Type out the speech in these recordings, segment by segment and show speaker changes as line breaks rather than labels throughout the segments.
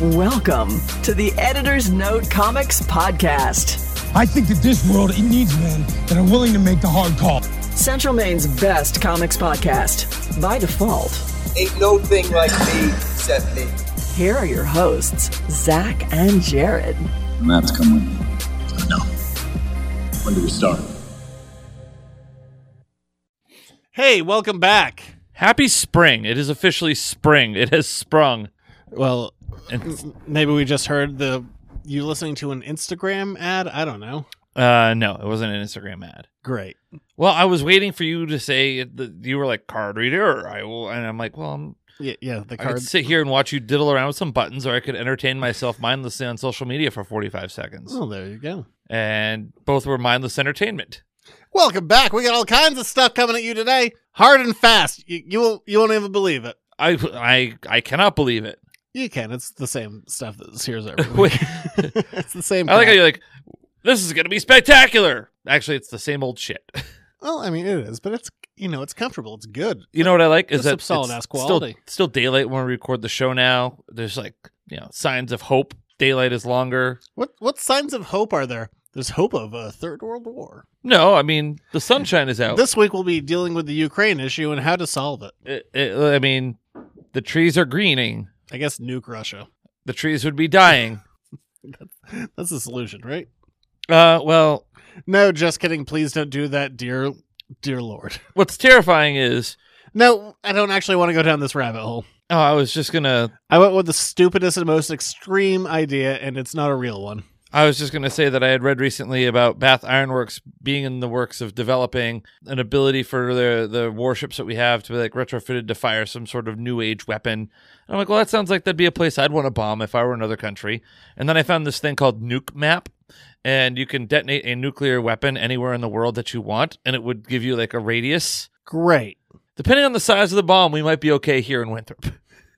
Welcome to the Editor's Note Comics Podcast,
I think that this world it needs men that are willing to make the hard call.
Central Maine's best comics podcast. By default,
Ain't no thing like me, except me.
here are your hosts, Zach and Jared.
Maps come with me. No. When do we start?
Hey, welcome back.
Happy spring. It is officially spring. It has sprung.
Well,
And,
maybe we just heard the you listening to an Instagram ad. I don't know.
uh, no, it wasn't an Instagram ad.
Great.
Well, I was waiting for you to say that you were like card reader. Or I will, and I'm like, well, I'm,
Yeah, yeah the
I could
card.
sit here and watch you diddle around with some buttons, or I could entertain myself mindlessly on social media for 45 seconds.
Oh, there you go.
And both were mindless entertainment.
Welcome back. We got all kinds of stuff coming at you today, hard and fast. You, you won't you won't even believe it.
I I I cannot believe it.
You can. It's the same stuff that's here's every
Wait.
week. it's the same.
I like how
crap.
you're like, this is gonna be spectacular. Actually, it's the same old shit.
well, I mean, it is, but it's you know, it's comfortable. It's good.
You know what I like is
That's some
that
solid
it's
ass
still-
quality.
Still, daylight when we record the show now. There's like you know signs of hope. Daylight is longer.
What what signs of hope are there? There's hope of a third world war.
No, I mean the sunshine is out.
This week we'll be dealing with the Ukraine issue and how to solve it.
It- it- I mean the trees are greening.
I guess nuke Russia.
The trees would be dying.
That's the solution, right?
Uh, well,
No, just kidding. Please don't do that, dear dear lord.
what's terrifying is
No, I don't actually want to go down this rabbit hole.
oh, I was just gonna
I went with the stupidest and most extreme idea, and it's not a real one.
I was just gonna say that I had read recently about Bath Ironworks being in the works of developing an ability for the the warships that we have to be like retrofitted to fire some sort of new age weapon. And I'm like, well, that sounds like that'd be a place I'd want to bomb if I were another country. And then I found this thing called Nuke Map, and you can detonate a nuclear weapon anywhere in the world that you want, and it would give you like a radius.
Great,
Depending on the size of the bomb, we might be okay here in Winthrop.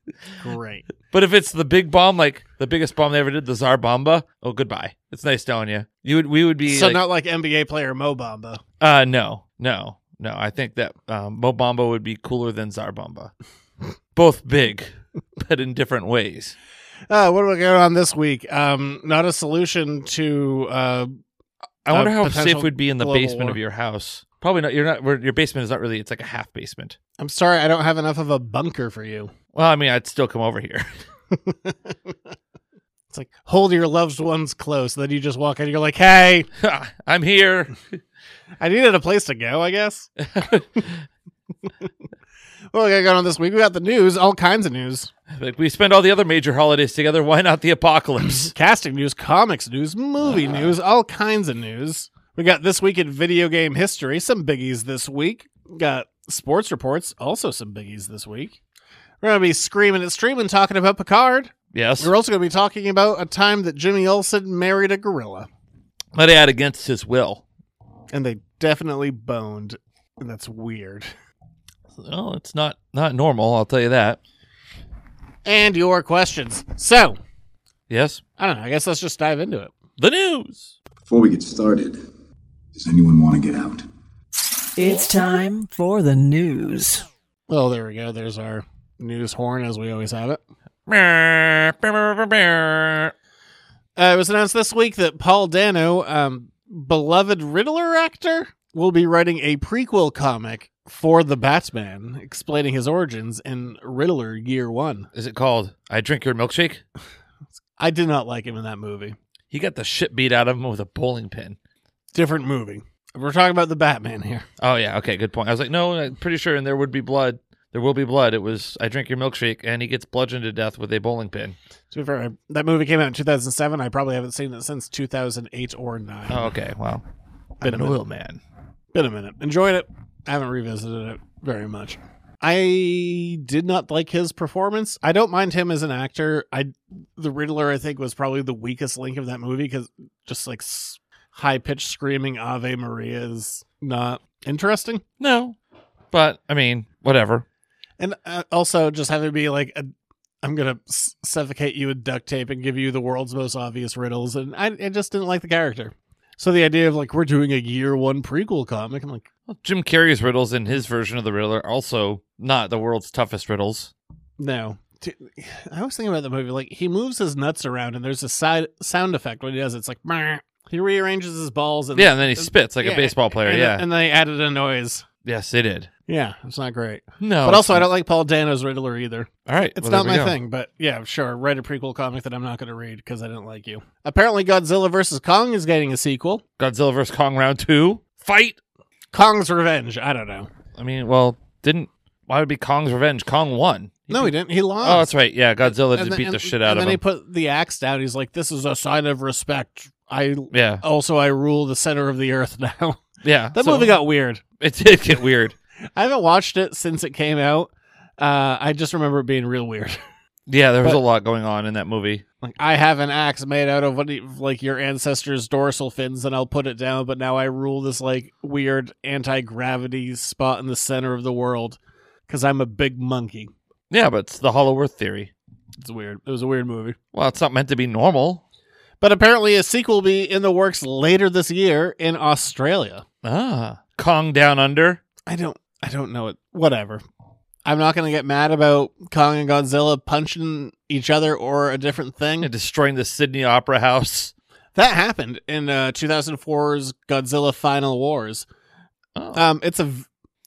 great.
But if it's the big bomb, like the biggest bomb they ever did, the Tsar Bomba, oh goodbye. It's nice knowing you. You would we would be
so
like-
not like NBA player Mo Bamba.
Uh, no, no, no. I think that um, Mobamba would be cooler than Zarbamba. Both big, but in different ways.
Uh, what do we got on this week? Um, not a solution to. Uh,
I
Uh,
wonder how
potential
safe we'd be in the
global
basement
war.
of your house. Probably not. You're not. we're- Your basement is not really. It's like a half basement.
I'm sorry, I don't have enough of a bunker for you.
Well, I mean, I'd still come over here.
It's like hold your loved ones close. Then you just walk in. You're like, hey,
I'm here.
I needed a place to go, I guess. Well, I got on this week. We got the news, all kinds of news.
like we spend all the other major holidays together. Why not the apocalypse?
Casting news, comics news, movie news, all kinds of news. We got this week in video game history, some biggies this week. Got sports reports, also some biggies this week. We're going to be screaming at streaming talking about Picard.
Yes.
We're also going to be talking about a time that Jimmy Olsen married a gorilla.
Let it add against his will.
And they definitely boned. And that's weird.
Well, it's not not normal. I'll tell you that.
And your questions. So,
Yes.
I don't know. I guess let's just dive into it.
The news.
Before we get started, does anyone want to get out?
It's time for the news.
Well, there we go. There's our news horn as we always have it. Uh, it was announced this week that Paul Dano, um, beloved Riddler actor, will be writing a prequel comic for the Batman, explaining his origins in Riddler Year One.
is it called I Drink Your Milkshake?
I did not like him in that movie.
He got the shit beat out of him with a bowling pin.
Different movie. We're talking about the Batman here.
Oh yeah, okay, good point. I was like, no, I'm pretty sure, and there would be blood. There will be blood. It was I drink your milkshake, and he gets bludgeoned to death with a bowling pin.
To be fair, I- that movie came out in 2007. I probably haven't seen it since 2008 or 9.
Oh, okay, well,
Been
been
a
an
minute.
oil man.
Been a minute. Enjoyed it. I haven't revisited it very much. I did not like his performance. I don't mind him as an actor. I the Riddler I think was probably the weakest link of that movie cuz just like high pitched screaming Ave Maria is not interesting.
No, but I mean, whatever.
And uh, also just having to be like a, I'm going to suffocate you with duct tape and give you the world's most obvious riddles and I, I just didn't like the character. So the idea of like we're doing a year one prequel comic I'm like
Well, Jim Carrey's riddles in his version of the Riddler are also not the world's toughest riddles.
No, Dude, I was thinking about the movie. Like he moves his nuts around, and there's a side sound effect when he does. It. It's like "Brr." he rearranges his balls, and
Yeah, and then he spits like a baseball player.
and
yeah.
and they added a noise.
yes, they did.
Yeah, it's not great.
No.
but also, I don't like Paul Dano's Riddler either.
All right.
It's
Oh, well, there
not
we
my
go.
thing, but yeah, sure. Write a prequel comic that I'm not going to read because I didn't like you. Apparently, Godzilla vs. Kong is getting a sequel.
Godzilla vs Kong round two fight.
Kong's Revenge. I don't know.
I mean, well, didn't why would it be Kong's revenge? Kong won.
No, he didn't. He lost.
Oh, that's right. Yeah, Godzilla just
then-
beat the shit out
and
of
then
him.
he put the axe down. He's like, "This is a sign of respect. I
yeah,
also I rule the center of the earth now."
yeah.
Oh. that
So
movie got weird.
it did get weird.
I haven't watched it since it came out. Uh, I just remember it being real weird.
Yeah, there was
But-
a lot going on in that movie.
Like I have an axe made out of what do you- like your ancestors' dorsal fins, and I'll put it down. But now I rule this like weird anti gravity spot in the center of the world because I'm a big monkey.
Yeah, but it's the Hollow Earth theory.
It's weird. It was a weird movie.
Well, it's not meant to be normal.
But apparently, a sequel will be in the works later this year in Australia.
Ah, Kong Down Under.
I don't. I don't know it. Whatever. I'm not gonna get mad about Kong and Godzilla punching each other or a different thing.
and destroying the Sydney Opera House.
That happened in uh, 2004's Godzilla Final Wars.
Oh.
Um, it's a v-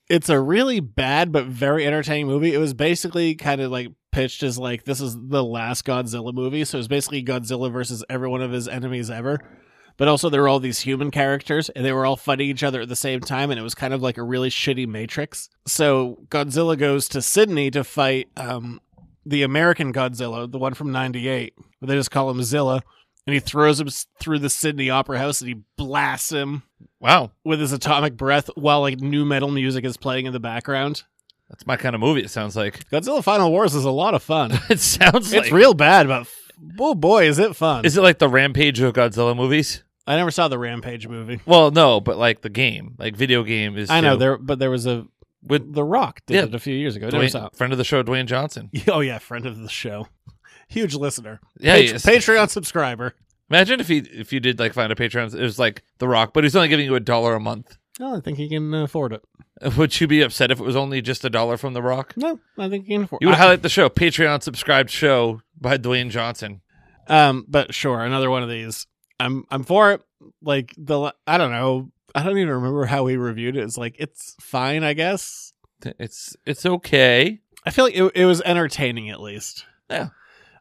it's a really bad but very entertaining movie. It was basically kind of like pitched as like this is the last Godzilla movie, so it's basically Godzilla versus every one of his enemies ever. But also there were all these human characters and they were all fighting each other at the same time and it was kind of like a really shitty Matrix. So Godzilla goes to Sydney to fight um, the American Godzilla, the one from 98. But they just call him Zilla and he throws him s- through the Sydney Opera House and he blasts him
Wow,
with his atomic breath while like new metal music is playing in the background.
that's my kind of movie. It sounds like
Godzilla Final Wars is a lot of fun.
it sounds like.
it's real bad, but f- oh boy, is it fun!
Is it like the Rampage of Godzilla movies?
I never saw the Rampage movie.
Well, no, but like the game, like video game is.
I know
too.
there, but there was a
With-
with The Rock did
Yeah.
it a few years ago. I never saw.
Dwayne, friend of the show, Dwayne Johnson.
it. Oh yeah, friend of the show, huge listener,
Yeah,
Pat-
he is.
Patreon subscriber.
Imagine if he if you did like find a Patreon, it was like The Rock, but he's only giving you a dollar a month.
Oh, I think he can afford it.
Would you be upset if it was only just a dollar from The Rock?
No, I think he can afford.
You would
I-
highlight the show, Patreon subscribed show by Dwayne Johnson.
Um, but sure, another one of these. I'm I'm for it. Like the la- I don't know. I don't even remember how we reviewed it. It's like it's fine, I guess.
It's it's okay.
I feel like it, it was entertaining at least.
Yeah.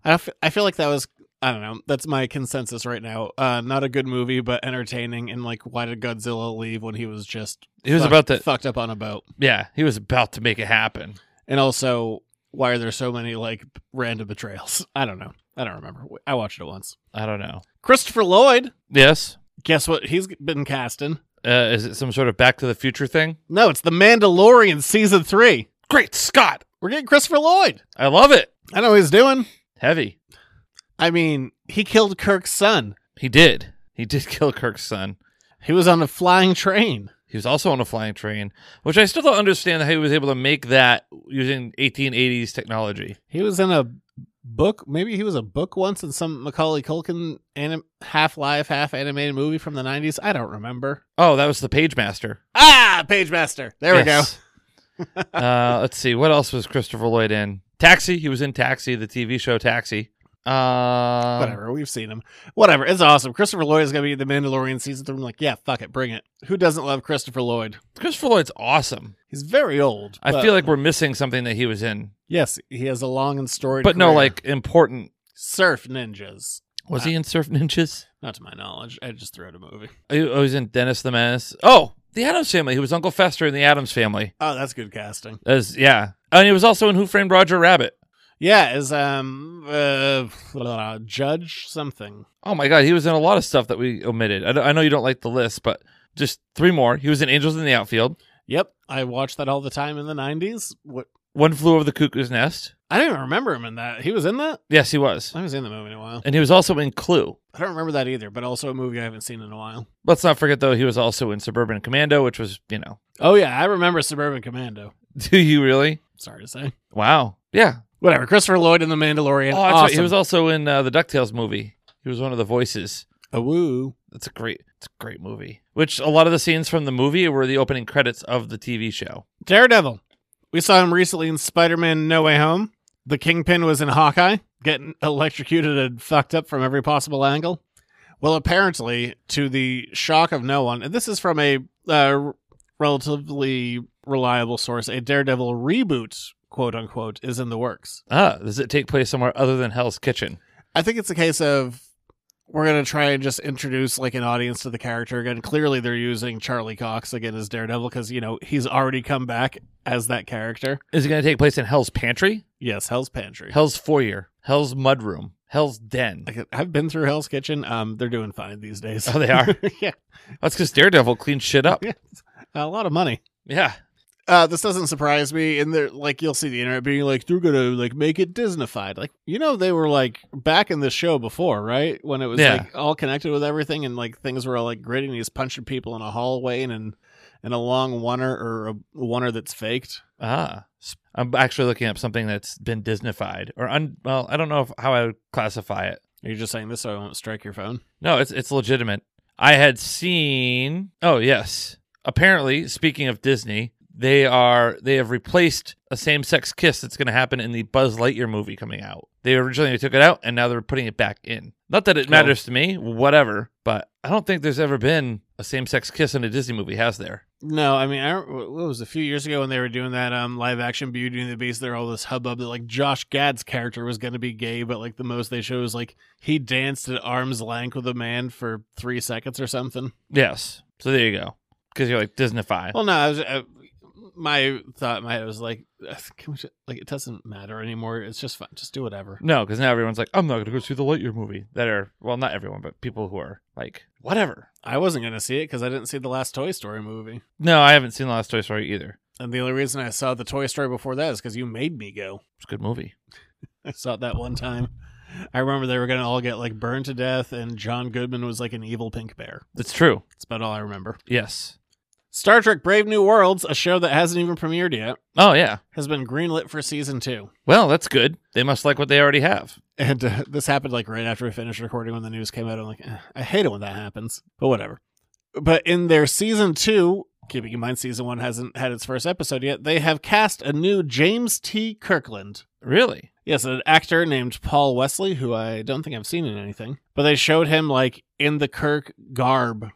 I f- I feel like that was I don't know. That's my consensus right now. Uh, not a good movie, but entertaining. And like, why did Godzilla leave when he was just
He was
fucked-
about to
fucked up on a boat?
yeah, he was about to make it happen.
And also, why are there so many like random betrayals? I don't know. I don't remember. I watched it once.
I don't know.
Christopher Lloyd.
Yes,
Guess what? He's been casting.
uh, is it some sort of Back to the Future thing?
No, it's The Mandalorian season three.
Great Scott,
We're getting Christopher Lloyd.
I love it.
I know what he's doing.
Heavy.
I mean, he killed Kirk's son.
He did. He did kill Kirk's son.
He was on a flying train.
He was also on a flying train, which I still don't understand how he was able to make that using 1880s technology.
He was in a book. Maybe he was a book once in some Macaulay Culkin anim- half live, half animated movie from the 90s. I don't remember.
Oh, that was the Page Master.
Ah, Pagemaster. There
we go. uh, let's see. What else was Christopher Lloyd in? Taxi. He was in Taxi, the TV show Taxi. Uh,
we go. Whatever. We've seen him. Whatever. It's awesome. Christopher Lloyd is going to be the Mandalorian season three. I'm like, yeah, fuck it. Bring it. Who doesn't love Christopher Lloyd?
Christopher Lloyd's awesome.
He's very old.
I
but-
feel like we're missing something that he was in,
Yes, he has a long and storied
but no,
career.
like important. Uh,
Surf Ninjas.
Was he in Surf Ninjas?
Not to my knowledge. I just threw out a movie.
Oh, he was in Dennis the Menace. Oh, the Adams Family. He was Uncle Fester in the Adams Family.
Oh, that's good casting.
That is- yeah, and he was also in Who Framed Roger Rabbit.
Yeah, is um uh, blah, Judge something.
Oh my God, he was in a lot of stuff that we omitted. I, don't- I know you don't like the list, but just three more. He was in Angels in the Outfield,
Yep, I watched that all the time in the '90s. What
One Flew Over the Cuckoo's Nest.
I don't even remember him in that. He was in that.
Yes, he was,
I haven't seen the movie in a while.
and he was also in Clue.
I don't remember that either. But also a movie I haven't seen in a while.
Let's not forget though, he was also in Suburban Commando, which was you know.
Oh yeah, I remember Suburban Commando.
Do you really?
Sorry to say.
Wow. Yeah.
Whatever. Christopher Lloyd in The Mandalorian.
Oh, that's right. He
Awesome.
was also in uh, the Ducktales movie. He was one of the voices.
a woo.
That's a great. It's a great movie. Which a lot of the scenes from the movie were the opening credits of the TV show.
Daredevil. We saw him recently in Spider-Man: No Way Home. The Kingpin was in Hawkeye, getting electrocuted and fucked up from every possible angle. Well, apparently, to the shock of no one, and this is from a uh, relatively reliable source, a Daredevil reboot, quote unquote, is in the works.
Ah, does it take place somewhere other than Hell's Kitchen?
I think it's a case of we're going to try and just introduce like an audience to the character again. Clearly, they're using Charlie Cox again as Daredevil because you know he's already come back as that character.
Is it going to take place in Hell's Pantry,
Yes, Hell's Pantry.
Hell's Foyer, Hell's Mudroom, Hell's Den?
Like, I've been through Hell's Kitchen. Um, they're doing fine these days.
Oh, they are.
yeah,
That's because Daredevil cleans shit up.
Yeah. a lot of money.
Yeah,
Uh, this doesn't surprise me. And they're like, you'll see the internet being like, they're gonna like make it Disneyfied. Like, you know, they were like back in the show before, right? When it was
Yeah.
like all connected with everything, and like things were all like gritty, and he's punching people in a hallway and in, in a long oneer or a oneer that's faked.
Ah, s- I'm actually looking up something that's been Disneyfied or un. Well, I don't know if, how I would classify it.
Are you just saying this so I won't strike your phone?
No, it's it's legitimate. I had seen. Oh yes. Apparently, speaking of Disney, they are they have replaced a same-sex kiss that's going to happen in the Buzz Lightyear movie coming out. They originally took it out, and now they're putting it back in. Not that it
Cool.
matters to me, whatever. But I don't think there's ever been a same-sex kiss in a Disney movie, has there?
No, I mean, I, don't- what was it, a few years ago when they were doing that um live action Beauty and the Beast? There, all this hubbub that like Josh Gad's character was going to be gay, but like the most they showed was like he danced at arm's length with a man for three seconds or something.
Yes. So there you go. Because you're like Disneyfy.
Well, no, I was uh, my thought in my head was like, can we just, like it doesn't matter anymore. It's just fun. Just do whatever.
No, because now everyone's like, I'm not going to go see the Lightyear movie. That are, well, not everyone, but people who are like, whatever.
I wasn't going to see it because I didn't see the last Toy Story movie,
No, I haven't seen the last Toy Story either.
and the only reason I saw the Toy Story before that is because you made me go.
It's a good movie.
I saw it that one time. I remember they were going to all get like burned to death, and John Goodman was like an evil pink bear.
It's true.
That's about all I remember.
Yes.
Star Trek Brave New Worlds, a show that hasn't even premiered yet,
Oh, yeah.
has been greenlit for season two.
Well, that's good. They must like what they already have.
And uh, this happened like right after we finished recording when the news came out. I'm like, eh, I hate it when that happens, but whatever. But in their season two, keeping in mind season one hasn't had its first episode yet, they have cast a new James T. Kirkland.
Really?
Yes, an actor named Paul Wesley, who I don't think I've seen in anything, but they showed him like in the Kirk garb.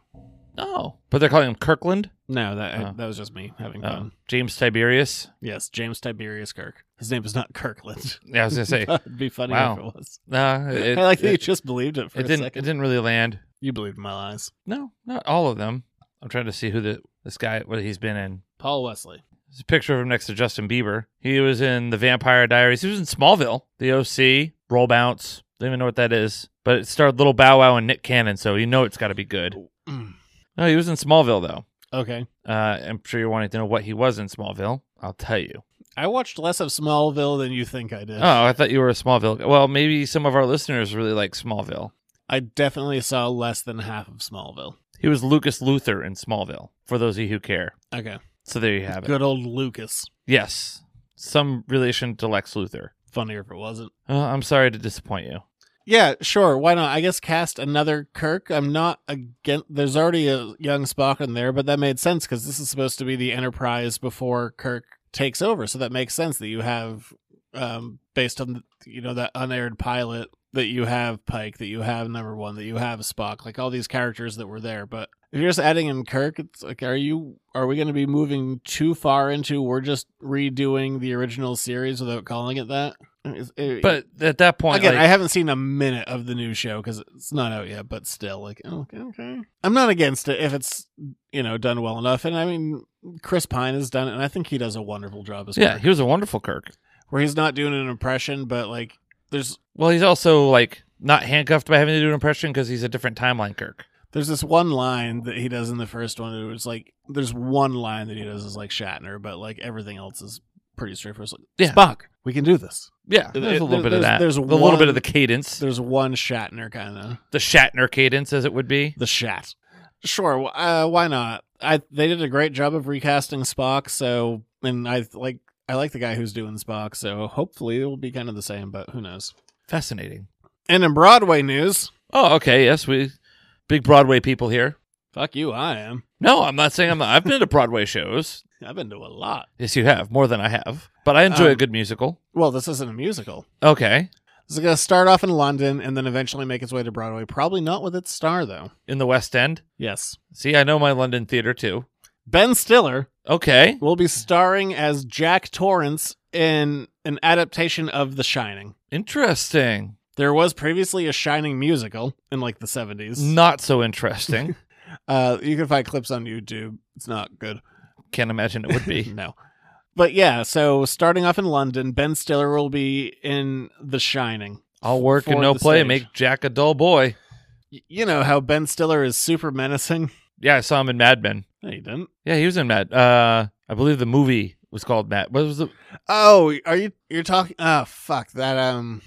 No. Oh. But they're calling him Kirkland?
No, that
Oh.
that was just me having
Oh.
fun.
James Tiberius?
Yes, James Tiberius Kirk. His name is not Kirkland.
Yeah, I was going to say.
It'd be funny
Wow.
if it was.
no, it,
I like that you
it,
just believed it for
it
a
didn't, it
second.
didn't really land.
You believed my lies.
No, not all of them. I'm trying to see who the this guy, what he's been in.
Paul Wesley.
There's a picture of him next to Justin Bieber. He was in The Vampire Diaries. He was in Smallville, The OC, Roll Bounce. Don't even know what that is, but it starred Little Bow Wow and Nick Cannon, so you know it's got to be good.
Mm.
No, he was in Smallville though.
Okay.
Uh, I'm sure you're wanting to know what he was in Smallville. I'll tell you.
I watched less of Smallville than you think I did.
Oh, I thought you were a Smallville. Well, maybe some of our listeners really like Smallville.
I definitely saw less than half of Smallville.
He was Lucas Luther in Smallville. For those of you who care,
Okay.
so there you have it.
Good old Lucas.
Yes, some relation to Lex Luthor.
Funnier if it wasn't.
Oh, I'm sorry to disappoint you.
Yeah, sure. Why not? I guess cast another Kirk. I'm not against. There's already a young Spock in there, but that made sense because this is supposed to be the Enterprise before Kirk takes over. So that makes sense that you have, um, based on you know that unaired pilot, that you have Pike, that you have Number One, that you have Spock, like all these characters that were there. But if you're just adding in Kirk, it's like, are you are we going to be moving too far into we're just redoing the original series without calling it that? Is- it-
But at that point,
Again,
like-
I haven't seen a minute of the new show because it's not out yet, but still, like, oh, okay, okay. I'm not against it if it's, you know, done well enough. And I mean, Chris Pine has done it, and I think he does a wonderful job as
yeah,
Kirk,
he was a wonderful Kirk.
where he's not doing an impression, but like, there's
Well, he's also like not handcuffed by having to do an impression because he's a different timeline Kirk.
there's this one line that he does in the first one. It was like, there's one line that he does is like Shatner, but like everything else is pretty straightforward. It's like,
Yeah.
Spock, we can do this.
Yeah,
There-
there's a little
there-
bit of
there's-
that.
there's
a little bit
one-
of the cadence,
There's one Shatner kind of.
the Shatner cadence, as it would be.
the shat. Sure, wh- uh, why not? I they did a great job of recasting Spock, so and I like I like the guy who's doing Spock, so hopefully it will be kind of the same, but who knows?
Fascinating.
And in Broadway news,
Oh, okay. Yes, we big Broadway people here.
Fuck you, I am.
No, I'm not saying I'm not. I've been to Broadway shows.
I've been to a lot.
Yes, you have more than I have, but I enjoy
Um,
a good musical.
Well, this isn't a musical.
Okay,
It's going to start off in London and then eventually make its way to Broadway. Probably not with its star, though.
in the West End.
Yes.
See, I know my London theater too.
Ben Stiller
Okay,
will be starring as Jack Torrance in an adaptation of The Shining.
interesting.
There was previously a Shining musical in like the 70s.
Not so interesting.
Uh, you can find clips on YouTube. It's not good.
Can't imagine it would be.
No. But yeah, so starting off in London, Ben Stiller will be in The Shining.
All work
For
and no
the
play
stage.
make Jack a dull boy.
Y- you know how Ben Stiller is super menacing?
Yeah, I saw him in Mad Men.
No, you didn't.
Yeah, he was in Mad. Uh, I believe the movie was called Mad. What was the?
Oh, are you you're talking oh fuck, that um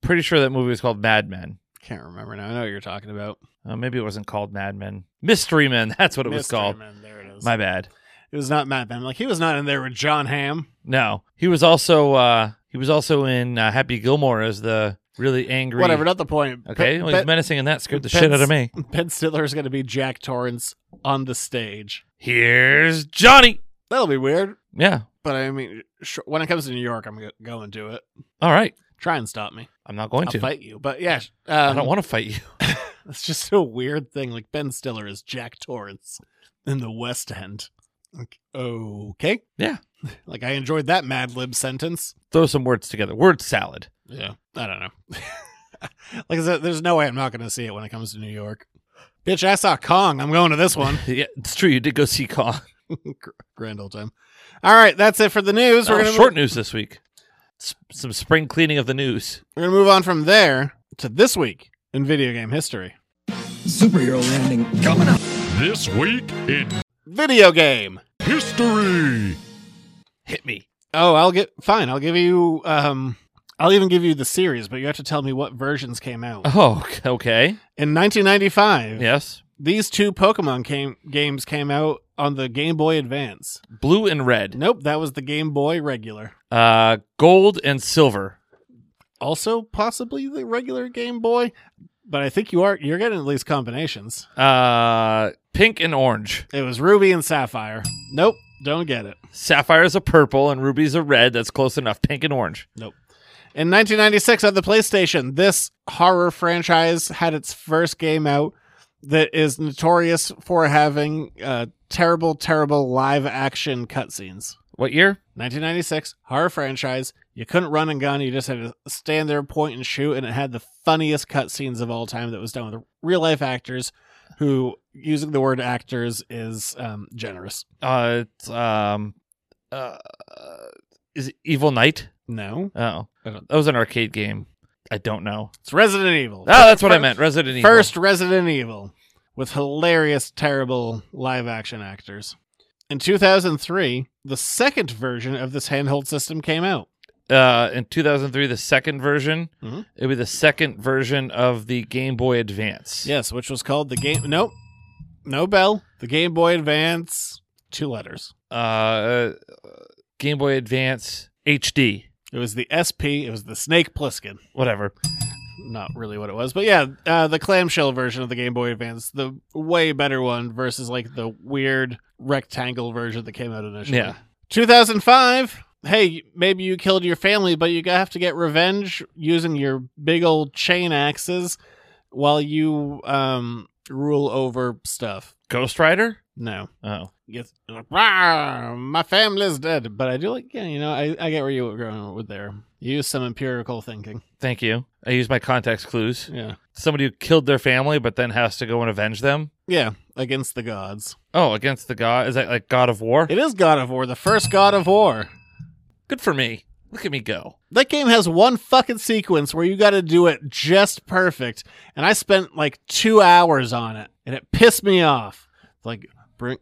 Pretty sure that movie was called Mad Men.
can't remember now. I know what you're talking about.
Uh, maybe it wasn't called Mad Men. Mystery Men. That's what it was
Mystery
called.
Men, there it is.
My bad.
it was not Matt Ben. Like he was not in there with John Hamm.
No, he was also uh, he was also in uh, Happy Gilmore as the really angry.
Whatever, not the point.
Okay,
Ben-
well, he's
ben,
menacing, and that scared the
Ben-
shit out of me.
ben Stiller is going to be Jack Torrance on the stage.
Here's Johnny.
That'll be weird,
Yeah.
but I mean, sh- when it comes to New York, I'm go- going to it.
All right.
Try and stop me.
I'm not going
I'll
to.
fight you. But yeah, sh-
I
um,
don't want to fight you.
It's just a weird thing. Like Ben Stiller is Jack Torrance in the West End. Like, okay.
Yeah.
Like I enjoyed that Mad Lib sentence.
Throw some words together. Word salad.
Yeah. I don't know. like I said, there's no way I'm not going to see it when it comes to New York. Bitch, I saw Kong. I'm going to this one.
yeah, it's true. You did go see Kong.
Gr- Grand old time. All right, that's it for the news.
Oh,
we're gonna
short news this week. S- some spring cleaning of the news.
We're gonna move on from there to this week in video game history.
Superhero landing coming up.
This week in
Video game.
history.
Hit me.
Oh, I'll get fine. I'll give you. Um, I'll even give you the series, but you have to tell me what versions came out.
Oh, okay.
In 1995,
Yes.
these two Pokemon came, games came out on the Game Boy Advance.
Blue and red.
Nope, that was the Game Boy regular.
Uh, gold and silver.
Also, possibly the regular Game Boy, but I think you are you're getting at least combinations.
Uh, pink and orange.
It was Ruby and Sapphire. Nope, don't get it.
Sapphire is a purple and ruby's a red. That's close enough. Pink and orange.
In 1996, on the PlayStation, this horror franchise had its first game out that is notorious for having uh, terrible, terrible live action cutscenes.
What year?
1996 horror franchise. You couldn't run and gun. You just had to stand there, point and shoot, and it had the funniest cutscenes of all time. That was done with real life actors, who using the word actors is um, generous.
Uh, it's, um, uh, is it Evil Knight?
No,
Oh,
I don't-
that was an arcade game. I don't know.
it's Resident Evil.
Oh, that's what I meant. Resident Evil.
First Resident Evil with hilarious, terrible live action actors. In 2003, the second version of this handheld system came out.
uh, in 2003, the second version.
Mhm.
It would be the second version of the Game Boy Advance.
Yes, which was called the game. Nope, no bell. The Game Boy Advance. Two letters.
Uh, uh, Game Boy Advance HD,
It was the SP. It was the Snake Plissken.
whatever.
Not really what it was, but yeah, uh, the clamshell version of the Game Boy Advance, the way better one versus like the weird rectangle version that came out initially.
Yeah.
2005. Hey, maybe you killed your family, but you have to get revenge using your big old chain axes while you um rule over stuff.
Ghost Rider.
No.
Oh,
Yes. Rah, my family's dead, but I do like, yeah, you know, I, I get where you were going with there. You use some empirical thinking.
thank you. I used my context clues.
Yeah.
Somebody who killed their family, but then has to go and avenge them.
Yeah, against the gods.
Oh, against the god? Is that like God of War?
It is God of War, the first God of War.
Good for me. Look at me go.
That game has one fucking sequence where you got to do it just perfect, and I spent like two hours on it, and it pissed me off. Like, bring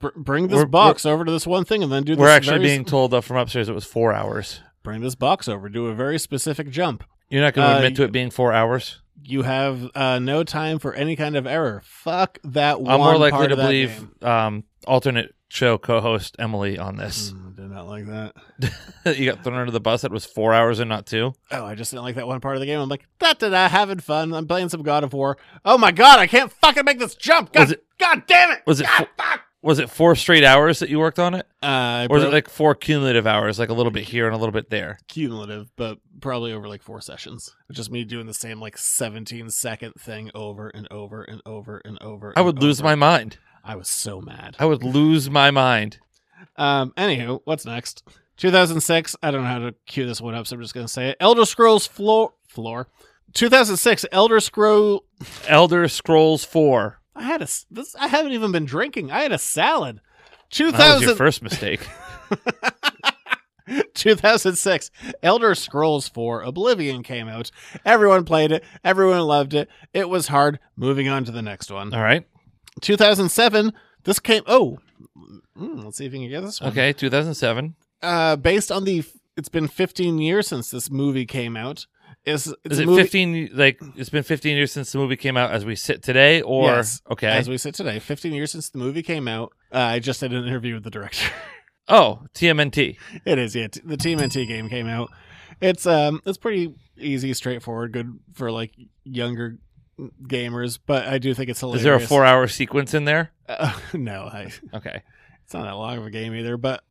br- bring this
We're-
box over to this one thing, and then do. This
We're actually
very s-
being told uh, from upstairs it was four hours.
bring this box over, do a very specific jump.
You're not going to
Uh,
admit to it being four hours?
you have uh, no time for any kind of error. Fuck that one.
I'm more likely
part
to
of that
believe
game.
um, alternate show co-host Emily on this.
Mm, did not like that. Hmm.
you got thrown under the bus. It was four hours and not two.
Oh, I just didn't like that one part of the game. I'm like, da da da, having fun. I'm playing some God of War. Oh my god, I can't fucking make this jump. God,
Was it-
god damn it.
Was it
God,
fo- was it four straight hours that you worked on it,
Uh, I
or was it
broke Mm.
like four cumulative hours, like a little bit here and a little bit there?
cumulative, but probably over like four sessions. Just me doing the same like 17 second thing over and over and over and over.
I
and
would lose
over.
my mind.
I was so mad.
I would lose my mind.
Um, anywho, what's next? 2006. I don't know how to cue this one up, so I'm just gonna say it. Elder Scrolls floor floor. 2006. Elder Scroll.
Elder Scrolls Four.
I had a. s- This, I haven't even been drinking. I had a salad.
That
2000,
was your first mistake.
2006, Elder Scrolls 4 Oblivion came out. Everyone played it. Everyone loved it. It was hard. Moving on to the next one.
All right.
2007, this came. Oh, Mm, let's see if you can get this one.
Okay. 2007.
Uh, based on the. It's been 15 years since this movie came out. Is, it's
Is
a
it
movie,
15? Like it's been 15 years since the movie came out, as we sit today, or
Yes,
okay.
As we sit today, 15 years since the movie came out. Uh, I just did an interview with the director.
oh, TMNT.
It is, yeah. T- The Team NT game came out. It's um, it's pretty easy, straightforward, good for like younger gamers. But I do think it's hilarious.
Is there a four-hour sequence in there?
Uh, no, I,
Okay.
it's not that long of a game either. But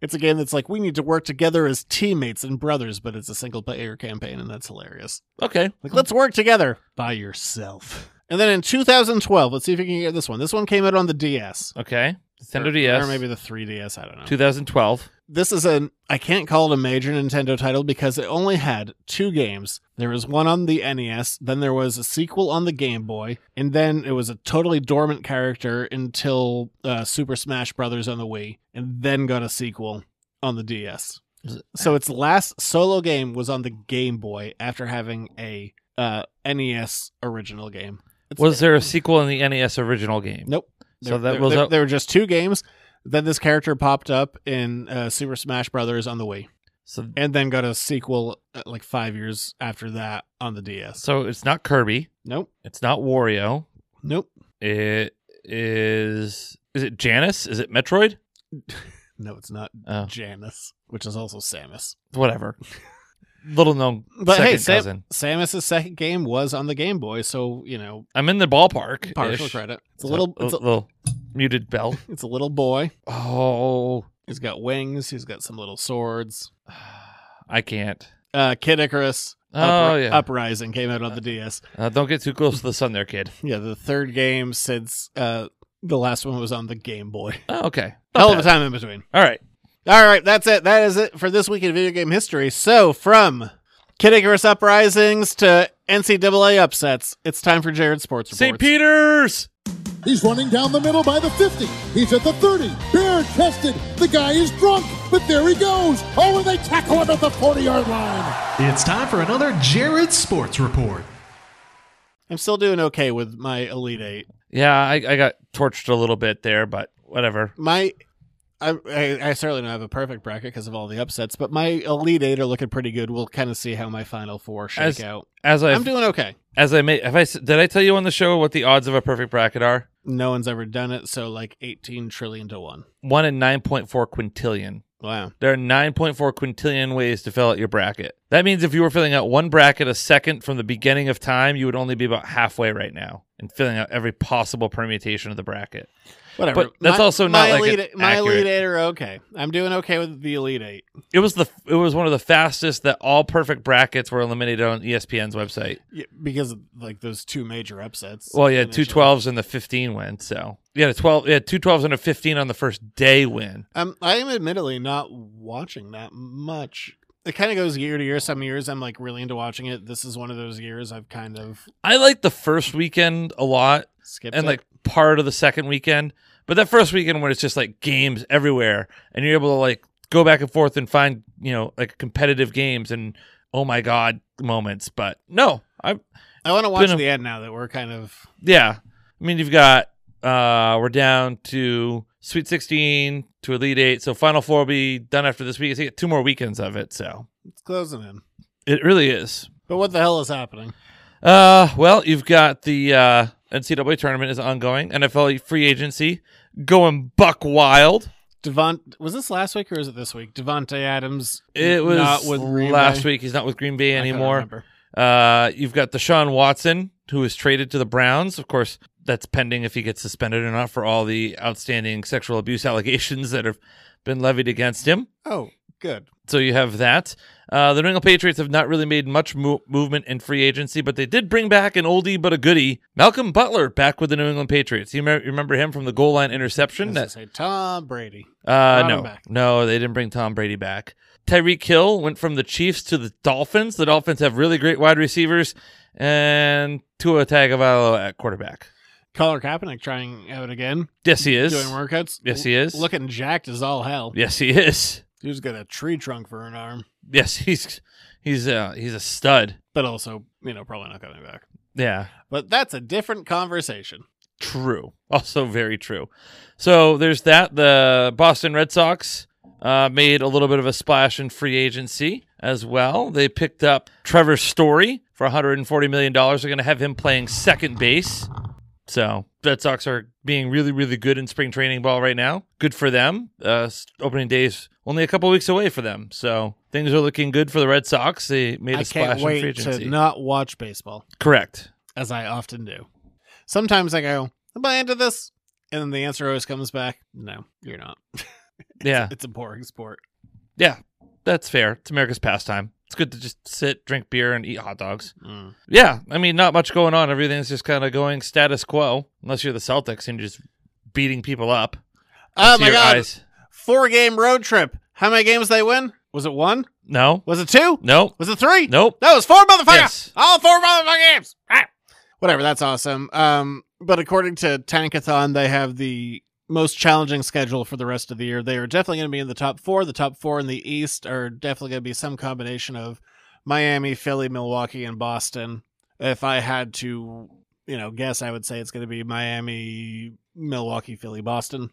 it's a game that's like we need to work together as teammates and brothers. But it's a single-player campaign, and that's hilarious.
Okay.
Like, let's work together by yourself. And then in 2012, let's see if you can get this one. This one came out on the DS.
Okay. Nintendo
Or-
DS.
Or maybe the 3DS, I don't know.
2012.
this is an I can't call it a major Nintendo title because it only had two games. There was one on the NES, then there was a sequel on the Game Boy, and then it was a totally dormant character until uh, Super Smash Brothers on the Wii, and then got a sequel on the DS.
Is it-
So its last solo game was on the Game Boy after having a uh, NES original game. It's-
Was there a sequel in the NES original game?
Nope.
So
There-
that
there,
was
there,
a-
there were just two games. Then this character popped up in uh, Super Smash Brothers on the Wii
So,
and then got a sequel uh, like five years after that on the DS.
so it's not Kirby.
Nope,
It's not Wario.
nope,
It is. Is it Janice? Is it Metroid?
no, it's not
Oh,
Janus, which is also Samus.
whatever. Little known
But
second
hey, Sam-
cousin.
Samus's second game was on the Game Boy, so you know
I'm in the ballpark.
partial credit. It's a little, it's a,
little muted bell.
it's a little boy.
Oh,
He's got wings. He's got some little swords.
I can't.
Uh, Kid Icarus.
Oh, yeah.
Uprising came out on the DS.
Uh, don't get too close to the sun, there, kid.
Yeah, the third game since uh, the last one was on the Game Boy.
Oh, okay. Not
Hell of a
bad.
time in between.
All right.
All right, that's it. That is it for this week in video game history. So, from Kid Icarus uprisings to NCAA upsets, it's time for Jared Sports
St.
Report.
Peter's.
He's running down the middle by the 50. He's at the 30. Bare chested. The guy is drunk, but there he goes. Oh, and they tackle him at the 40 yard line.
It's time for another Jared Sports Report.
I'm still doing okay with my Elite Eight.
Yeah, I, I got torched a little bit there, but whatever.
My, I, I, I certainly don't have a perfect bracket because of all the upsets, but my Elite Eight are looking pretty good. We'll kind of see how my Final Four shake
As-
out.
As
i
I
am doing okay.
as I made, have I s- did I tell you on the show what the odds of a perfect bracket are?
No one's ever done it, so like 18 trillion to one.
One in nine point four quintillion.
Wow.
There are nine point four quintillion ways to fill out your bracket. That means if you were filling out one bracket a second from the beginning of time, you would only be about halfway right now and filling out every possible permutation of the bracket.
Whatever.
But that's
My-
also
my
not, like,
Elite
an
Eight- my Elite
accurate-
Eight are okay. I'm doing okay with the Elite Eight.
It was the it was one of the fastest that all perfect brackets were eliminated on E ESPN's website.
Yeah, because of, like those two major upsets.
Well, yeah, two
initially.
twelves and the fifteen win. So yeah, the twelve, yeah, two twelves and a fifteen on the first day win.
Um, I am admittedly not watching that much. It kind of goes year to year. Some years I'm like really into watching it. This is one of those years I've kind of
I like the first weekend a lot.
skipped
and
it.
like part of the second weekend. But that first weekend when it's just like games everywhere and you're able to like go back and forth and find, you know, like competitive games and oh my god moments. But no, I
I want to watch
been a-
the end now that we're kind of
yeah. I mean you've got uh we're down to Sweet Sixteen to Elite Eight. So Final Four will be done after this week. So you get two more weekends of it, so
it's closing in.
it really is.
But what the hell is happening?
Uh, well, you've got the uh, NCAA tournament is ongoing. NFL free agency going buck wild.
Devon was this last week or is it this week? Devonte Adams.
It was
not with Green
last
Bay.
week. He's not with Green Bay
I couldn't
anymore.
remember.
Uh, you've got Deshaun Watson, who is traded to the Browns. Of course, that's pending if he gets suspended or not for all the outstanding sexual abuse allegations that have been levied against him.
Oh, good.
So you have that. Uh, the New England Patriots have not really made much mo- movement in free agency, but they did bring back an oldie but a goodie, Malcolm Butler, back with the New England Patriots. You me- remember him from the goal line interception?
As I
That,
say, Tom Brady.
uh,
him
no,
back.
no, they didn't bring Tom Brady back. Tyreek Hill went from the Chiefs to the Dolphins. The Dolphins have really great wide receivers, and Tua Tagovailoa at quarterback.
Colin Kaepernick trying out again,
Yes, he is.
doing workouts.
Yes, he is.
Looking jacked as all hell.
Yes, he is.
Dude's got a tree trunk for an arm,
Yes, he's he's uh, he's a stud.
but also, you know, probably not coming back.
Yeah.
But that's a different conversation.
True. Also very true. So there's that. The Boston Red Sox uh, made a little bit of a splash in free agency as well. They picked up Trevor Story for $140 million. They're going to have him playing second base. So Red Sox are being really, really good in spring training ball right now. Good for them. Uh, s- opening days only a couple weeks away for them. So things are looking good for the Red Sox. They made a
I
splash
can't
in free
wait to
agency.
not watch baseball,
Correct.
as I often do. Sometimes I go, am I into this? And then the answer always comes back, no, you're not.
Yeah.
It's a boring sport.
Yeah, that's fair. It's America's pastime. It's good to just sit, drink beer, and eat hot dogs.
Mm.
Yeah, I mean, not much going on. Everything's just kind of going status quo, unless you're the Celtics and you're just beating people up.
Oh
to
my
your
God.
eyes.
Four game road trip. How many games they win? Was it one?
No,
Was it two?
no,
Was it three?
nope.
No, it was four motherfuckers.
Yes.
All four motherfucking games. Ah. Whatever, that's awesome. Um, but according to Tankathon, they have the most challenging schedule for the rest of the year. They are definitely going to be in the top four. The top four in the East are definitely going to be some combination of Miami, Philly, Milwaukee, and Boston. If I had to, you know, guess, I would say it's going to be Miami, Milwaukee, Philly, Boston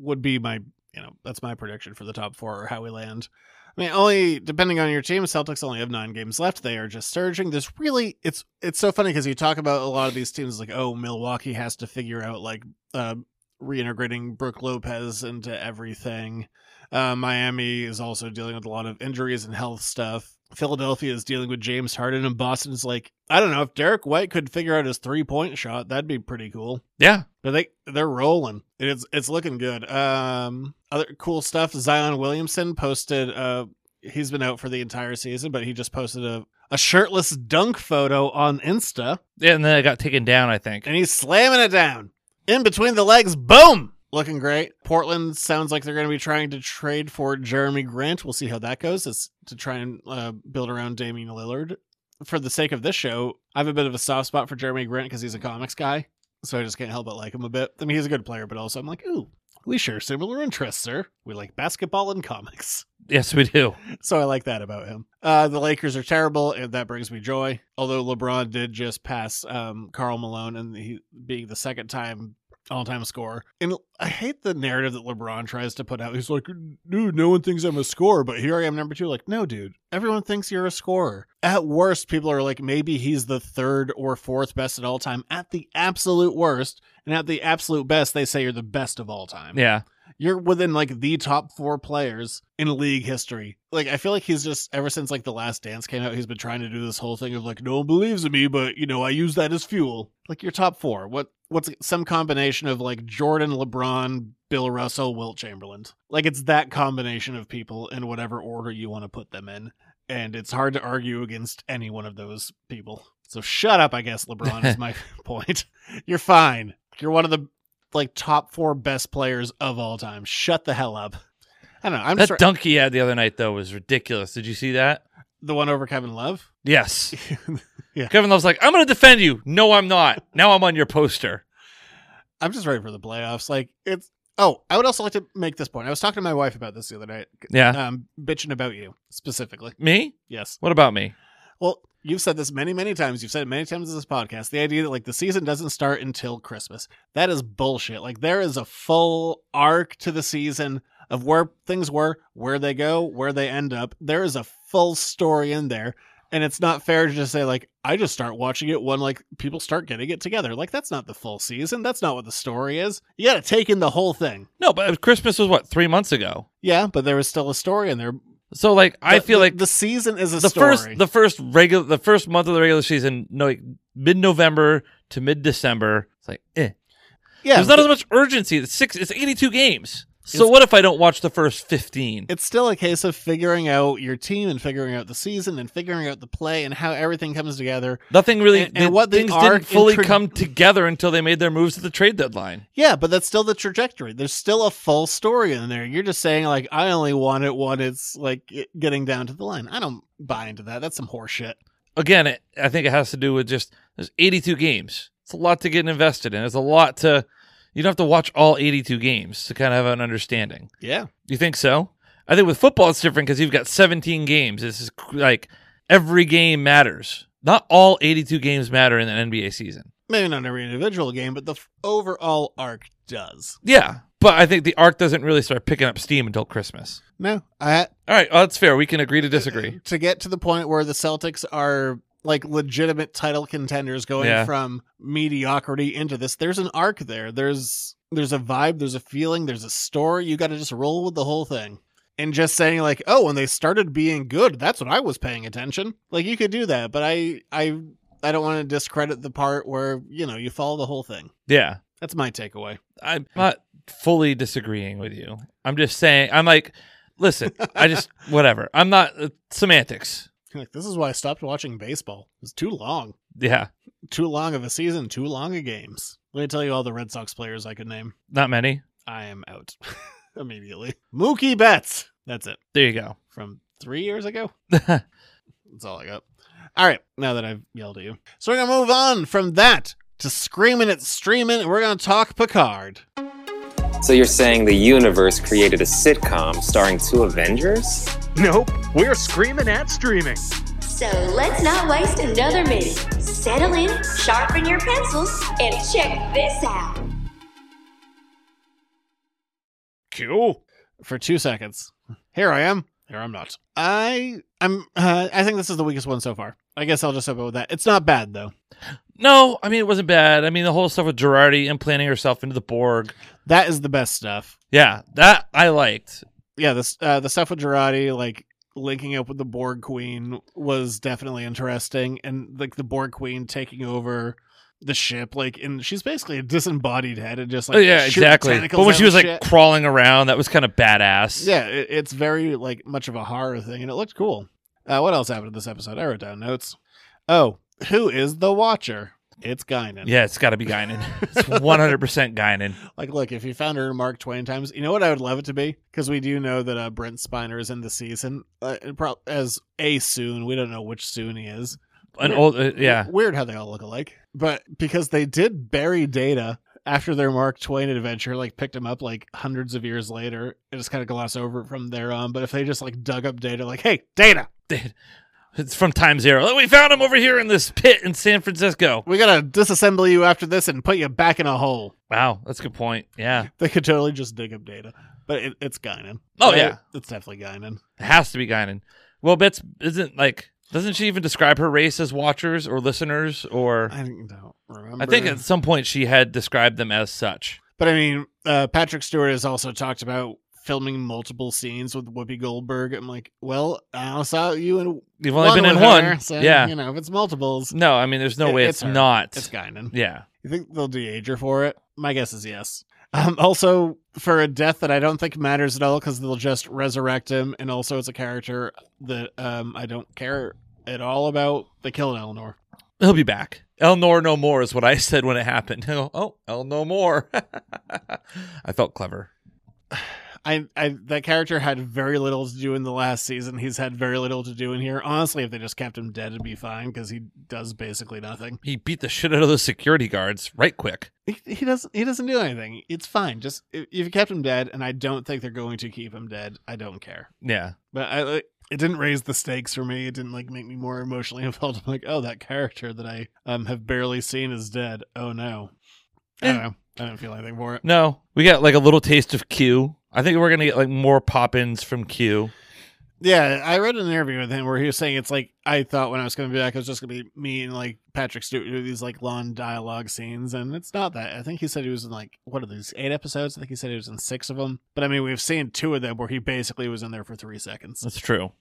would be my, you know, that's my prediction for the top four or how we land. I mean, only depending on your team, Celtics only have nine games left. They are just surging. There's really, it's it's so funny because you talk about a lot of these teams like, oh, Milwaukee has to figure out like uh, reintegrating Brooke Lopez into everything. Uh, Miami is also dealing with a lot of injuries and health stuff. Philadelphia is dealing with James Harden, and Boston's like, I don't know if Derek White could figure out his three point shot, that'd be pretty cool.
Yeah,
But they they're rolling. It's it's looking good. Um, other cool stuff. Zion Williamson posted. Uh, he's been out for the entire season, but he just posted a a shirtless dunk photo on Insta,
yeah, and then I got taken down. I think.
and he's slamming it down in between the legs. Boom. Looking great. Portland sounds like they're going to be trying to trade for Jeremy Grant. We'll see how that goes. Is to try and uh, build around Damian Lillard. For the sake of this show, I have a bit of a soft spot for Jeremy Grant because he's a comics guy so I just can't help but like him a bit. I mean, he's a good player, but also I'm like, ooh, we share similar interests, sir. We like basketball and comics,
Yes, we do.
so I like that about him. Uh, the Lakers are terrible, and that brings me joy. Although LeBron did just pass um, Carl Malone, and he being the second time all-time scorer. And I hate the narrative that LeBron tries to put out. He's like, dude, no one thinks I'm a scorer, but here I am, number two. Like, no, dude, everyone thinks you're a scorer. At worst, people are like, maybe he's the third or fourth best at all time. At the absolute worst, and at the absolute best, they say you're the best of all time.
Yeah,
You're within like the top four players in league history. Like, I feel like he's just ever since like The Last Dance came out, he's been trying to do this whole thing of like, no one believes in me, but you know, I use that as fuel. Like, your top four. What? What's some combination of like Jordan, LeBron, Bill Russell, Wilt Chamberlain? Like, it's that combination of people in whatever order you want to put them in, and it's hard to argue against any one of those people. So shut up, I guess LeBron is my point. You're fine. You're one of the like top four best players of all time. Shut the hell up. I don't know. I'm
that
just
dunk he had the other night though was ridiculous. Did you see that?
the one over Kevin Love.
Yes.
Yeah.
Kevin Love's like, I'm going to defend you. No, I'm not. Now I'm on your poster.
I'm just ready for the playoffs. Like it's. Oh, I would also like to make this point. I was talking to my wife about this the other night.
Yeah.
Um, bitching about you specifically.
Me?
Yes.
What about me?
Well, you've said this many, many times. You've said it many times in this podcast. The idea that like the season doesn't start until Christmas. That is bullshit. Like there is a full arc to the season of where things were, where they go, where they end up. There is a full story in there. and it's not fair to just say like I just start watching it when like people start getting it together. Like that's not the full season. That's not what the story is. You got to take in the whole thing.
No, but Christmas was what three months ago.
Yeah, but there was still a story in there.
So like, I
The-
feel
the-
like
the season is a
the
story.
first the first regular the first month of the regular season, no, like mid November to mid December. It's like eh.
yeah,
There's not as much urgency. It's six. It's 82 games. So what if I don't watch the first 15?
it's still a case of figuring out your team and figuring out the season and figuring out the play and how everything comes together.
Nothing really.
And- and
the
what they
things
are
didn't fully
intro-
come together until they made their moves at the trade deadline.
Yeah, but that's still the trajectory. There's still a full story in there. You're just saying like I only want it when it's like it getting down to the line. I don't buy into that. That's some horseshit.
Again, it, I think it has to do with just there's 82 games. It's a lot to get invested in. It's a lot to. You don't have to watch all 82 games to kind of have an understanding.
Yeah.
You think so? I think with football it's different because you've got 17 games. This is cr- like every game matters. Not all 82 games matter in an NBA season.
Maybe not every individual game, but the f- overall arc does.
Yeah, but I think the arc doesn't really start picking up steam until Christmas.
No, I
All right, well, that's fair. We can agree to disagree.
to get to the point where the Celtics are like legitimate title contenders going
Yeah.
from mediocrity into this. There's an arc there. There's there's a vibe, there's a feeling, there's a story. You got to just roll with the whole thing. And just saying like, "Oh, when they started being good, that's when I was paying attention." Like you could do that, but I I I don't want to discredit the part where, you know, you follow the whole thing.
Yeah,
That's my takeaway.
I'm not fully disagreeing with you. I'm just saying. I'm like, listen. I just whatever. I'm not uh, semantics.
Like this is why I stopped watching baseball. It's too long.
Yeah,
Too long of a season, too long of games. Let me tell you all the Red Sox players I could name.
not many.
I am out immediately. Mookie Betts. That's it.
There you go.
From three years ago. That's all I got. All right. Now that I've yelled at you. So we're going to move on from that to screaming at streaming. And we're going to talk Picard.
So you're saying the universe created a sitcom starring two Avengers?
Nope, we're screaming at streaming.
So let's not waste another minute. Settle in, sharpen your pencils, and check this out.
Cool. For two seconds. Here I am. Here I'm not. I I'm uh, I think this is the weakest one so far. I guess I'll just up with that. It's not bad though.
No, I mean it wasn't bad. I mean the whole stuff with Girardi implanting herself into the Borg.
That is the best stuff.
Yeah, that I liked.
yeah, this uh, the stuff with Girardi, like linking up with the Borg Queen, was definitely interesting, and like the Borg Queen taking over the ship, like, and she's basically a disembodied head and just like
oh, yeah,
shooting
exactly.
tentacles
But when
out
she was
and
like
shit.
crawling around, that was kind of badass.
yeah, it, it's very like much of a horror thing, and it looked cool. Uh, what else happened in this episode? I wrote down notes. Oh, who is the Watcher? It's Guinan.
Yeah, it's got to be Guinan. It's 100% Guinan.
Like, look, if you found her Mark Twain times, you know what I would love it to be because we do know that uh, Brent Spiner is in the season uh, and prob- as a soon. We don't know which soon he is.
An old, uh, yeah.
weird how they all look alike. But because they did bury Data after their Mark Twain adventure, like picked him up like hundreds of years later, and just kind of gloss over it from there on. But if they just like dug up Data, like, hey, Data,
It's from Time Zero. Oh, we found him over here in this pit in San Francisco.
we gotta disassemble you after this and put you back in a hole.
Wow, that's a good point. Yeah.
They could totally just dig up Data, but it, it's Guinan.
Oh,
Uh,
yeah.
it's definitely Guinan.
It has to be Guinan. Well, Betts isn't like, doesn't she even describe her race as watchers or listeners or.
I don't remember.
I think at some point she had described them as such.
But I mean, uh, Patrick Stewart has also talked about filming multiple scenes with Whoopi Goldberg. I'm like, well, I saw you in
You've only been in
with
one.
her, so,
yeah.
you know, if it's multiples,
No, I mean, there's no
It-
way
it's
it's,
her.
not.
it's Guinan.
yeah.
You think they'll de-age her for it? My guess is yes. Um, also, for a death that I don't think matters at all, because they'll just resurrect him, and also it's a character that um, I don't care at all about. They killed Eleanor.
He'll be back. Elnor no more is what I said when it happened. I go, oh, El no more. I felt clever.
I, I that character had very little to do in the last season. He's had very little to do in here. Honestly, if they just kept him dead, it'd be fine because he does basically nothing.
He beat the shit out of those security guards right quick.
He, he doesn't. He doesn't do anything. It's fine. Just if if you kept him dead, and I don't think they're going to keep him dead. I don't care.
Yeah.
But I like. It didn't raise the stakes for me. It didn't like make me more emotionally involved. I'm like, oh, that character that I um have barely seen is dead. Oh no. I don't know. I didn't feel anything for it.
No, we got like a little taste of Q. I think we're going to get like more pop ins from Q.
Yeah, I read an interview with him where he was saying it's like I thought when I was going to be back, it was just going to be me and like Patrick Stewart do these like long dialogue scenes, and it's not that. I think he said he was in like what are these eight episodes? I think he said he was in six of them. But I mean, we've seen two of them where he basically was in there for three seconds.
That's true.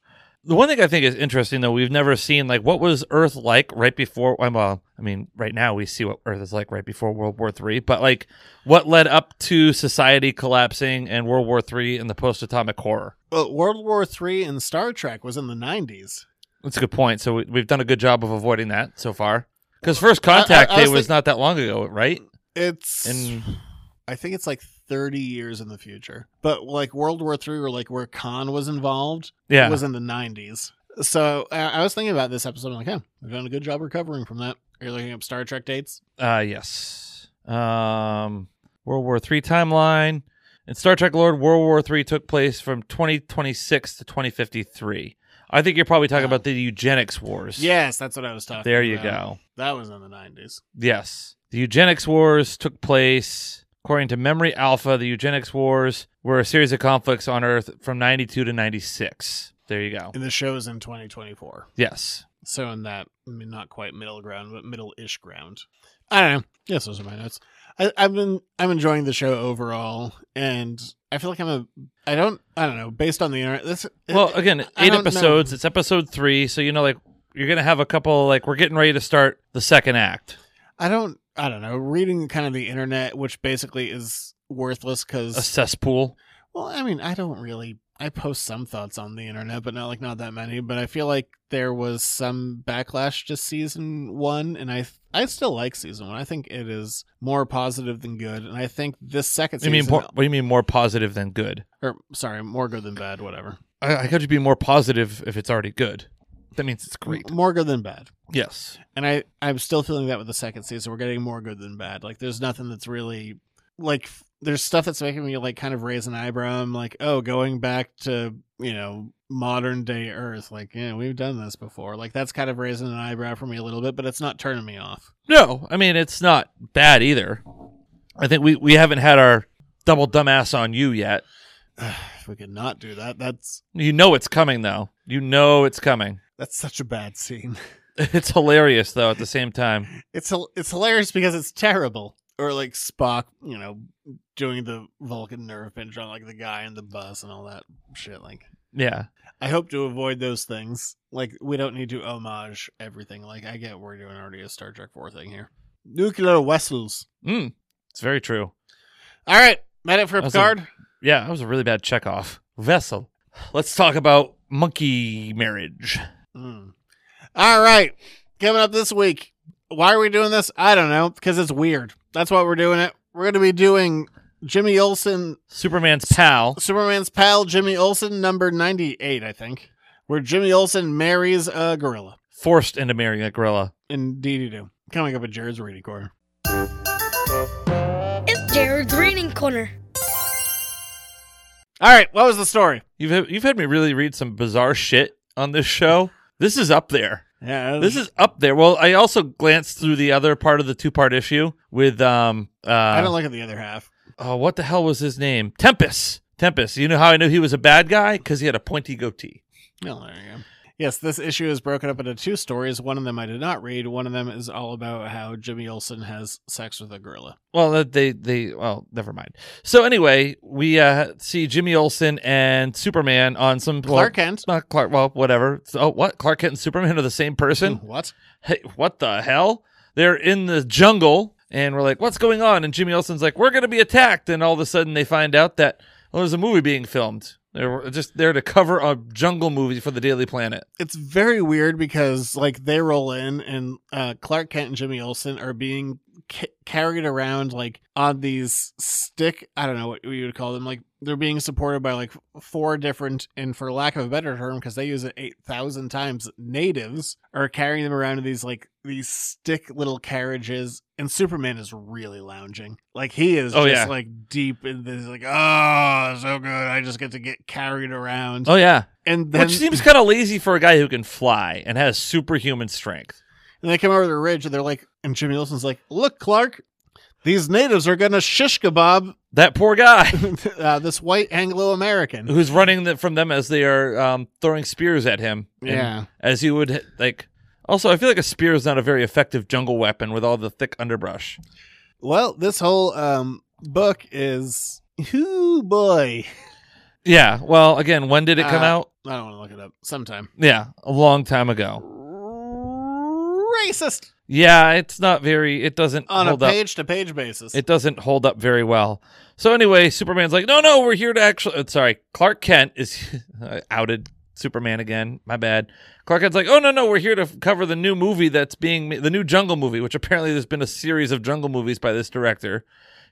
The one thing I think is interesting though, we've never seen like what was Earth like right before. Well, I mean, right now we see what Earth is like right before World War Three, but like what led up to society collapsing and World War Three and the post-atomic horror.
Well, Uh, World War Three and Star Trek was in the nineties.
That's a good point. So we, we've done a good job of avoiding that so far. Because first contact
I- I
day
was
was
think-
not that long ago, right?
It's
And
I think it's like thirty years in the future. But like World War Three, or like where Khan was involved,
Yeah.
was in the nineties. So I I was thinking about this episode. I'm like, huh, we've done a good job recovering from that. Are you looking up Star Trek dates?
uh yes, um, World War Three timeline. In Star Trek Lord, World War Three took place from 2026 to 2053. I think you're probably talking
Oh.
about the eugenics wars.
Yes, that's what I was talking.
There you
about.
go.
That was in the nineties.
Yes. The eugenics wars took place, according to Memory Alpha, the eugenics wars were a series of conflicts on Earth from 92 to 96. There you go.
And the show's in 2024.
Yes.
So in that, I mean, not quite middle ground, but middle-ish ground. I don't know. Yes, those are my notes. I, I've been I'm enjoying the show overall, and I feel like I'm a I don't I don't know based on the internet. This
Well, again,
I
eight
don't know.
episodes. It's episode three. So, you know, like, you're going to have a couple, like, we're getting ready to start the second act.
I don't I don't know reading kind of the internet, which basically is worthless
A
because
cesspool.
well, I mean, I don't really I post some thoughts on the internet, but not like not that many. But I feel like there was some backlash to season one, and I I still like season one. I think it is more positive than good, and I think this second season,
You mean, po- what do you mean more positive than good?
or sorry, more good than bad, whatever.
I, I could just be more positive if it's already good. That means it's great.
M- more good than bad.
Yes.
and I I'm still feeling that with the second season. We're getting more good than bad. Like there's nothing that's really like f- there's stuff that's making me like kind of raise an eyebrow. I'm like, oh, going back to you know modern day Earth. Like yeah, we've done this before. Like that's kind of raising an eyebrow for me a little bit, but it's not turning me off.
No, I mean it's not bad either. I think we we haven't had our double dumbass on you yet.
if we could not do that, that's
You know it's coming though. You know it's coming.
that's such a bad scene.
It's hilarious though at the same time.
It's hil- it's hilarious because it's terrible. Or like Spock, you know, doing the Vulcan nerve pinch on like the guy in the bus and all that shit. Like
Yeah.
I hope to avoid those things. Like we don't need to homage everything. Like I get we're doing already a Star Trek four thing here. Nuclear vessels.
Mm. It's very true.
All right, that it for
That's
Picard.
Yeah, that was a really bad checkoff. Vessel. Let's talk about monkey marriage.
Mm. All right, coming up this week. Why are we doing this? I don't know because it's weird. That's why we're doing it. We're gonna be doing Jimmy Olsen,
Superman's pal.
Superman's pal, Jimmy Olsen, number ninety eight, I think, where Jimmy Olsen marries a gorilla.
Forced into marrying a gorilla.
Indeed, you do. Coming up at Jared's reading corner.
It's Jared's Reading Corner.
All right, what was the story?
You've you've had me really read some bizarre shit on this show. This is up there.
Yeah,
This is up there. Well, I also glanced through the other part of the two part issue with um uh
I don't look at the other half.
oh, what the hell was his name? Tempest. Tempest. You know how I knew he was a bad guy? Because he had a pointy goatee.
No, there you go. Yes, this issue is broken up into two stories. One of them I did not read. One of them is all about how Jimmy Olsen has sex with a gorilla.
Well, that they they well, never mind. So anyway, we uh see Jimmy Olsen and Superman on some
Clark Kent.
Not Clark. Well, whatever. So, oh, what? Clark Kent and Superman are the same person.
What?
hey, what the hell? They're in the jungle, and we're like, what's going on? And Jimmy Olsen's like, we're going to be attacked. And all of a sudden, they find out that well, there's a movie being filmed. They're just there to cover a jungle movie for the Daily Planet.
It's very weird because like they roll in and uh, Clark Kent and Jimmy Olsen are being ca- carried around like on these stick. I don't know what you would call them. Like they're being supported by like four different and for lack of a better term because they use it eight thousand times. Natives are carrying them around in these like these stick little carriages, and Superman is really lounging. Like he is
Oh,
just
yeah.
like deep in this like oh so good. I just get to get carried around.
Oh yeah,
And then
which seems kind of lazy for a guy who can fly and has superhuman strength.
And they come over the ridge and they're like, and Jimmy Olsen's like, look, Clark, these natives are going to shish kebab
That poor guy,
uh, this white Anglo-American
who's running the, from them as they are um, throwing spears at him. And
Yeah.
as he would like. Also, I feel like a spear is not a very effective jungle weapon with all the thick underbrush.
Well, this whole um, book is who boy.
Yeah. Well, again, when did it come
Uh,
out?
I don't want to look it up. Sometime
Yeah, a long time ago.
racist
Yeah, it's not very. It doesn't
on a
hold up.
page to page basis.
It doesn't hold up very well. So anyway, Superman's like, no, no, we're here to actually. uh, Sorry, Clark Kent is I outed. Superman again. My bad. Clark Kent's like, oh no, no, we're here to f- cover the new movie that's being ma- the new Jungle movie, which apparently there's been a series of Jungle movies by this director.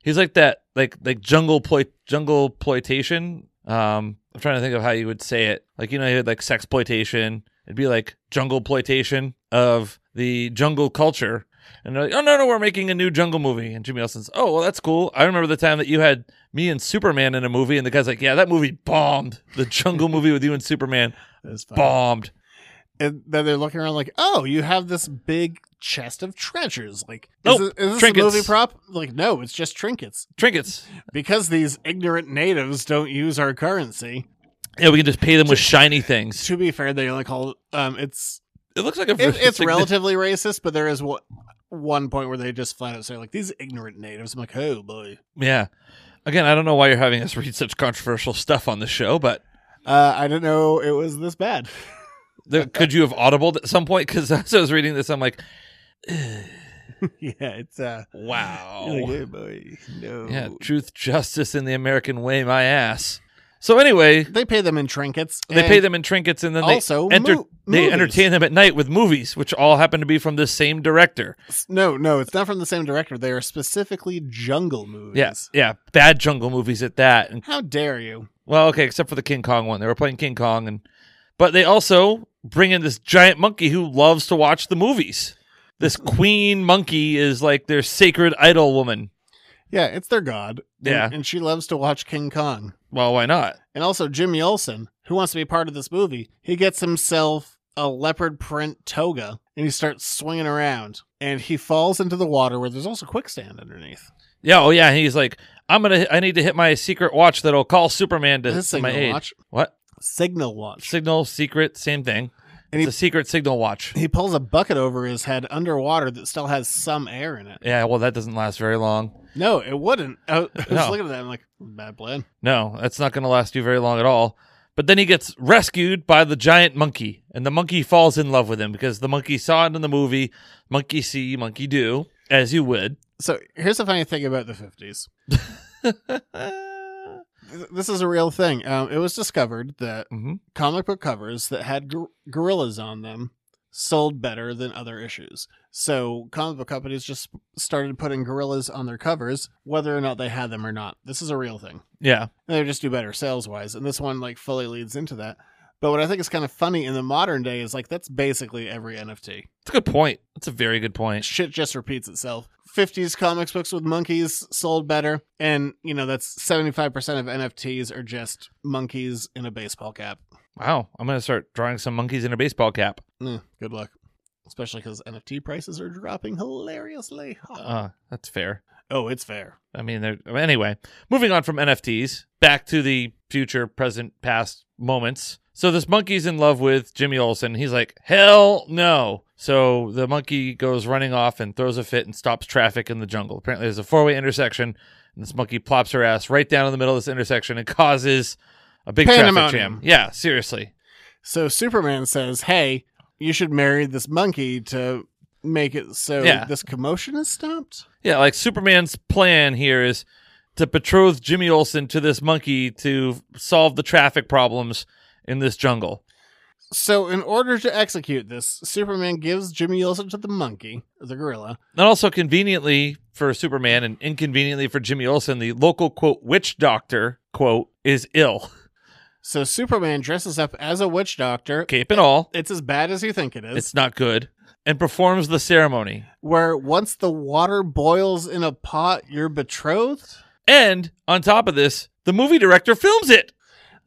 He's like that, like like jungle ploy jungle ploitation. Um, I'm trying to think of how you would say it. Like you know, you had like sex exploitation. It'd be like jungle ploitation of the jungle culture. And they're like, oh, no, no, we're making a new jungle movie. And Jimmy Olsen's, oh, well, that's cool. I remember the time that you had me and Superman in a movie. And the guy's like, yeah, that movie bombed. The jungle movie with you and Superman
That's fine.
bombed.
and then they're looking around like, oh, you have this big chest of treasures. Like,
Nope,
is, this, is this
trinkets.
a movie prop? Like, no, it's just trinkets.
Trinkets.
Because these ignorant natives don't use our currency.
Yeah, we can just pay them with shiny things.
To be fair, they like all. Um, it's
It looks like a.
it, it's
like-
relatively racist, but there is one, one point where they just flat out say like these ignorant natives. I'm like, oh boy.
Yeah. Again, I don't know why you're having us read such controversial stuff on the show, but
Uh, I didn't know it was this bad.
the, could you have audibled at some point? Because as I was reading this, I'm like,
yeah, it's uh.
wow.
you're Like, oh boy, no.
Yeah, truth, justice, in the American way, my ass. So anyway,
They pay them in trinkets.
they pay
and-
them in trinkets and then
Also,
they, enter-
mo-
they
movies.
entertain them at night with movies, which all happen to be from the same director.
No, no, it's not from the same director. They are specifically jungle movies.
Yes, yeah, yeah, bad jungle movies at that. And
How dare you?
well, okay, except for the King Kong one, they were playing King Kong, and but they also bring in this giant monkey who loves to watch the movies. This queen monkey is like their sacred idol woman.
Yeah, it's their god. And-
Yeah.
And, she loves to watch King Kong.
Well, why not?
And also Jimmy Olsen, who wants to be part of this movie, he gets himself a leopard print toga and he starts swinging around and he falls into the water where there's also quicksand underneath.
Yeah, oh yeah, he's like, I'm gonna, I need to hit my secret watch that'll call Superman to,
Is this
to my
Signal
aid.
Watch?
What?
Signal watch.
Signal, secret, same thing.
And he-
it's a secret signal watch.
He pulls a bucket over his head underwater that still has some air in it.
Yeah, well, that doesn't last very long.
No, it wouldn't. I was
No.
looking at that. I'm like, bad plan.
No, that's not going to last you very long at all. But then he gets rescued by the giant monkey, and the monkey falls in love with him because the monkey saw it in the movie Monkey See, Monkey Do, as you would.
So here's the funny thing about the 50s. Th- This is a real thing. Um, it was discovered that
Mhm.
comic book covers that had gor- gorillas on them sold better than other issues. So comic book companies just started putting gorillas on their covers, whether or not they had them or not. This is a real thing.
Yeah.
And they just do better sales wise. And this one like fully leads into that. But what I think is kind of funny in the modern day is like that's basically every NFT.
That's a good point. That's a very good point.
shit just repeats itself. 50s comics books with monkeys sold better. And, you know, that's 75% of NFTs are just monkeys in a baseball cap.
Wow. I'm going to start drawing some monkeys in a baseball cap.
Mm, good luck. Especially because NFT prices are dropping hilariously.
Uh, that's fair.
oh, it's fair.
I mean, they're, anyway, moving on from NFTs back to the future, present, past moments. So this monkey's in love with Jimmy Olsen. He's like, hell no. So the monkey goes running off and throws a fit and stops traffic in the jungle. Apparently, there's a four way intersection, and this monkey plops her ass right down in the middle of this intersection and causes a big traffic
Pandemonium.
jam. Yeah, seriously.
So Superman says, hey, you should marry this monkey to make it so
Yeah.
this commotion is stopped.
Yeah, like Superman's plan here is to betroth Jimmy Olsen to this monkey to solve the traffic problems in this jungle.
So, in order to execute this, Superman gives Jimmy Olsen to the monkey, the gorilla,
And also conveniently for Superman and inconveniently for Jimmy Olsen, the local quote witch doctor quote is ill.
So Superman dresses up as a witch doctor.
Cape and all.
It's as bad as you think it is.
It's not good. And performs the ceremony.
where once the water boils in a pot, you're betrothed.
And on top of this, the movie director films it.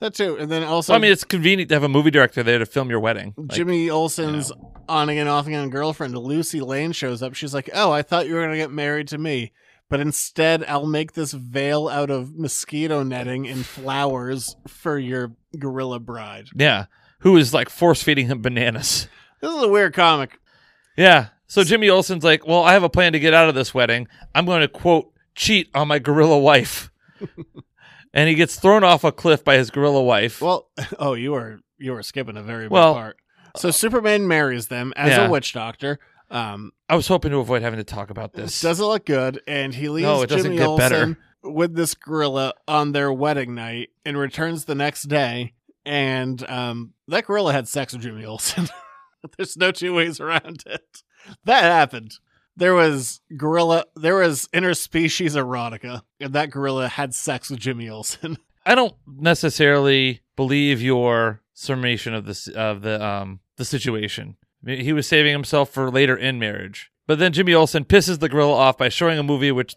That too. And then also,
So I mean it's convenient to have a movie director there to film your wedding. Like,
Jimmy Olsen's on again, off again girlfriend, Lucy Lane, shows up. She's like, "Oh, I thought you were gonna get married to me." But instead, I'll make this veil out of mosquito netting and flowers for your gorilla bride.
Yeah. Who is like force feeding him bananas.
This is a weird comic.
Yeah. So Jimmy Olsen's like, well, I have a plan to get out of this wedding. I'm going to quote cheat on my gorilla wife, and he gets thrown off a cliff by his gorilla wife.
Well, oh, you are you are skipping a very big
Well,
part. So Superman marries them as
Yeah.
a witch doctor. Um,
I was hoping to avoid having to talk about this.
doesn't look good, and he leaves
No, it doesn't
Jimmy
get better.
Olsen with this gorilla on their wedding night, and returns the next day. And um, that gorilla had sex with Jimmy Olsen. There's no two ways around it. That happened. There was gorilla. There was interspecies erotica, and that gorilla had sex with Jimmy Olsen.
I don't necessarily believe your summation of this of the um the situation. I mean, He was saving himself for later in marriage, but then Jimmy Olsen pisses the gorilla off by showing a movie which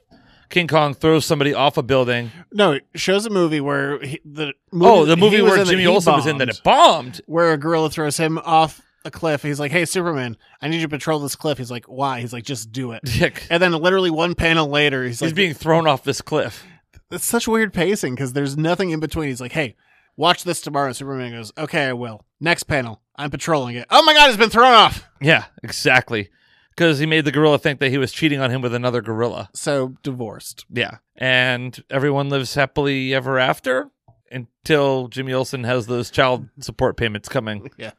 King Kong throws somebody off a building.
No, it shows a movie where he, the
oh, the movie
he was
where
in that
Jimmy
he
Olsen was in that
bombed,
it bombed.
where a gorilla throws him off a cliff. He's like, "Hey, Superman, I need you to patrol this cliff." He's like, "Why?" He's like, "Just do it."
Dick.
And then literally one panel later, he's,
He's
like,
being thrown off this cliff.
"It's such weird pacing because there's nothing in between." He's like, "Hey, watch this tomorrow." Superman goes, "Okay, I will." Next panel, I'm patrolling it. Oh my god, it's been thrown off.
Yeah, exactly. Because he made the gorilla think that he was cheating on him with another gorilla.
So divorced.
Yeah. And everyone lives happily ever after until Jimmy Olsen has those child support payments coming
Yeah.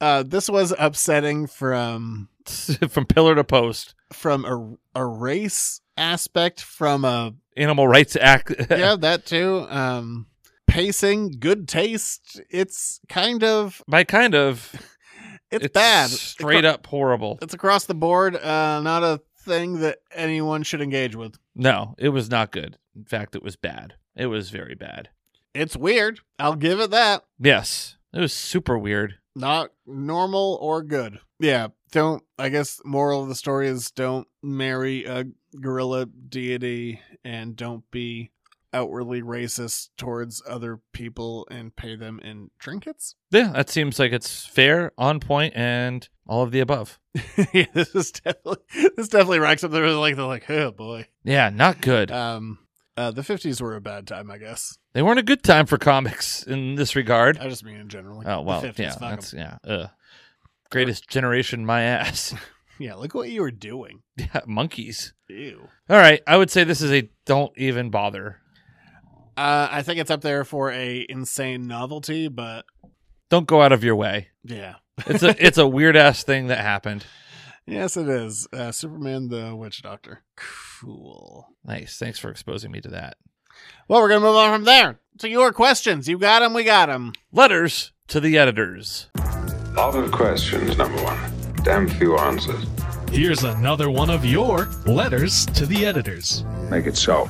Uh, this was upsetting from
from pillar to post.
from a a race aspect from a
Animal rights act.
yeah, that too. Um, pacing, good taste. It's kind of
By kind of.
it's, bad.
Straight up horrible.
It's across the board. Uh, not a thing that anyone should engage with.
No, it was not good. In fact, it was bad. It was very bad.
It's weird. I'll give it that.
Yes. It was super weird.
Not normal or good. Yeah. Don't. I guess moral of the story is don't marry a gorilla deity and don't be outwardly racist towards other people and pay them in trinkets.
Yeah, that seems like it's fair, on point, and all of the above.
yeah, this is definitely this definitely racks up there with like the like, oh boy.
Yeah, not good.
Um uh the fifties were a bad time, I guess.
They weren't a good time for comics in this regard.
I just mean in general. like,
Oh well,
the 50s,
yeah,
fuck 'em.
that's yeah. Ugh. Greatest generation, my ass.
Yeah, look what you were doing.
yeah, monkeys.
Ew.
All right, I would say this is a don't even bother.
Uh I think it's up there for a insane novelty, but
Don't go out of your way.
yeah.
It's a it's a weird ass thing that happened.
Yes it is. Uh Superman the Witch Doctor. Cool.
Nice. Thanks for exposing me to that.
Well, we're gonna move on from there. To your questions. You got 'em, we got 'em.
Letters to the editors.
Lot of questions, number one. Damn few answers.
Here's another one of your letters to the editors.
Make it so.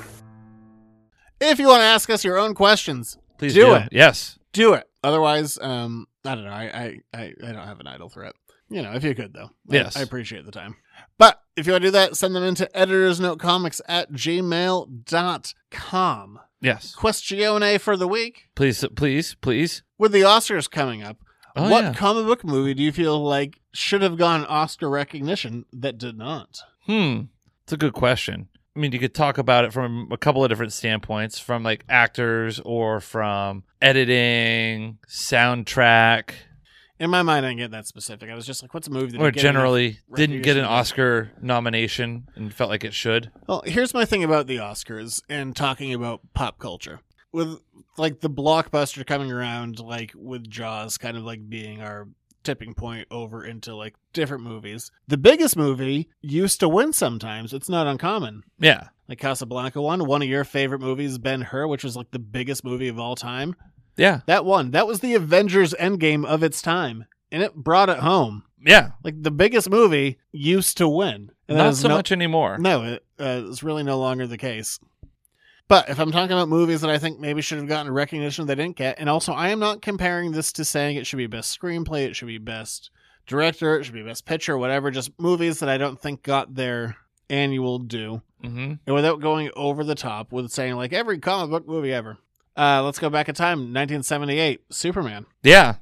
If you want to ask us your own questions,
Please
do,
do,
it.
Yes.
Do it. Otherwise, um, I don't know. I, I, I, I don't have an idle threat. You know, if you could, though. I-
Yes.
I, appreciate the time. But if you want to do that, send them into editorsnotecomics at gmail.com.
Yes.
Question for the week.
Please please please.
With the Oscars coming up,
Oh,
what
yeah.
comic book movie do you feel like should have gotten Oscar recognition that did not?
Hmm. It's a good question. I mean, you could talk about it from a couple of different standpoints from like actors or from editing, soundtrack,
In my mind, I didn't get that specific. I was just like, what's a movie that
or
didn't get enough
generally didn't get an
recognition?
Oscar nomination and felt like it should.
Well, here's my thing about the Oscars and talking about pop culture. With like the blockbuster coming around, like with Jaws kind of like being our tipping point over into like different movies. The biggest movie used to win sometimes. It's not uncommon.
Yeah.
Like Casablanca won, one of your favorite movies, Ben Hur, which was like the biggest movie of all time.
Yeah.
That won. That was the Avengers Endgame of its time. And it brought it home.
Yeah.
Like the biggest movie used to win. And that
Not
is
so
no-
much anymore.
no, it, uh, it's really no longer the case. But if I'm talking about movies that I think maybe should have gotten recognition they didn't get, and also I am not comparing this to saying it should be best screenplay, it should be best director, it should be best picture, whatever, just movies that I don't think got their annual due.
Mm-hmm.
And without going over the top with saying like every comic book movie ever. Uh, let's go back in time, 1978, Superman.
Yeah.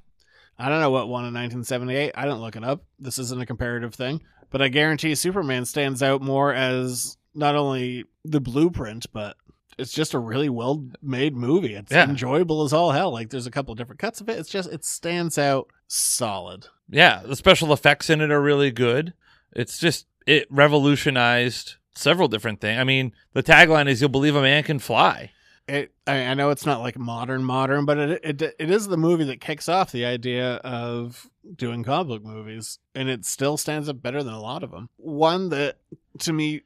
I don't know what won in 1978. I didn't look it up. This isn't a comparative thing, but I guarantee Superman stands out more as not only the blueprint, but it's just a really well made movie. It's
Yeah.
enjoyable as all hell. Like there's a couple different cuts of it. It's just it stands out solid.
Yeah, the special effects in it are really good. It's just it revolutionized several different things. I mean, the tagline is "You'll believe a man can fly."
It I, I know it's not like modern modern, but it, it it is the movie that kicks off the idea of doing comic book movies, and it still stands up better than a lot of them. One that to me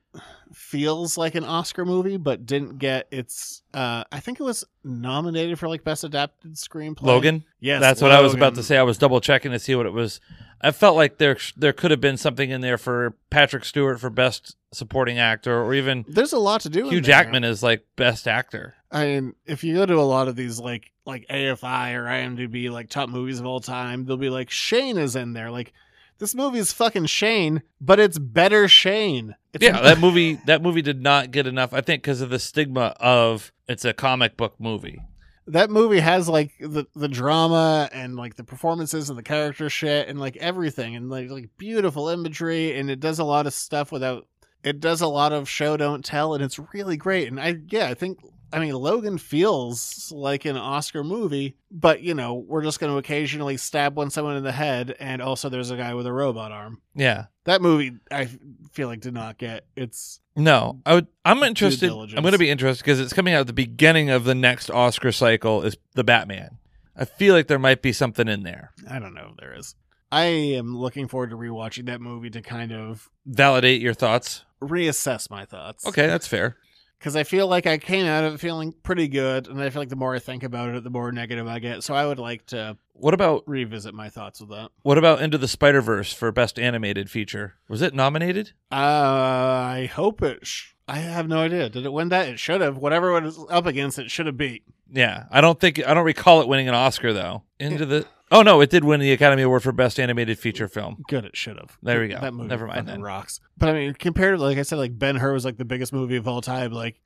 feels like an Oscar movie, but didn't get its. Uh, I think it was nominated for like best adapted screenplay.
Logan.
yes,
that's what I was about
Logan.
to say. I was double checking to see what it was. I felt like there there could have been something in there for Patrick Stewart for best supporting actor, or even
There's a lot to do. in
Hugh
there.
Jackman is like best actor.
I mean, if you go to a lot of these like like AFI or IMDb like top movies of all time, they'll be like Shane is in there. Like this movie is fucking Shane, but it's better Shane. It's
yeah, that movie that movie did not get enough. I think because of the stigma of it's a comic book movie.
that movie has like the the drama and like the performances and the character shit and like everything and like like beautiful imagery and it does a lot of stuff without it does a lot of show don't tell and it's really great and I yeah I think I mean Logan feels like an Oscar movie but you know we're just going to occasionally stab one someone in the head and also there's a guy with a robot arm
Yeah.
that movie I feel like did not get it's
No, I would, I'm interested.
diligence.
I'm going to be interested because it's coming out at the beginning of the next Oscar cycle is the Batman. I feel like there might be something in there.
I don't know if there is I am looking forward to rewatching that movie to kind of
Validate your thoughts.
reassess my thoughts.
Okay, that's fair.
Because I feel like I came out of it feeling pretty good, and I feel like the more I think about it, the more negative I get. So I would like to
What about
revisit my thoughts with that.
what about Into the Spider Verse for best animated feature? Was it nominated?
Uh, I hope it. Sh- I have no idea. Did it win that? It should have. Whatever it was up against, it should have beat.
Yeah, I don't think I don't recall it winning an Oscar though. Into the oh no, it did win the Academy Award for best animated feature film.
Good, it should have.
There we go.
That movie
Never mind
fucking
then.
rocks. But I mean, compared to like I said, like Ben Hur was like the biggest movie of all time. Like,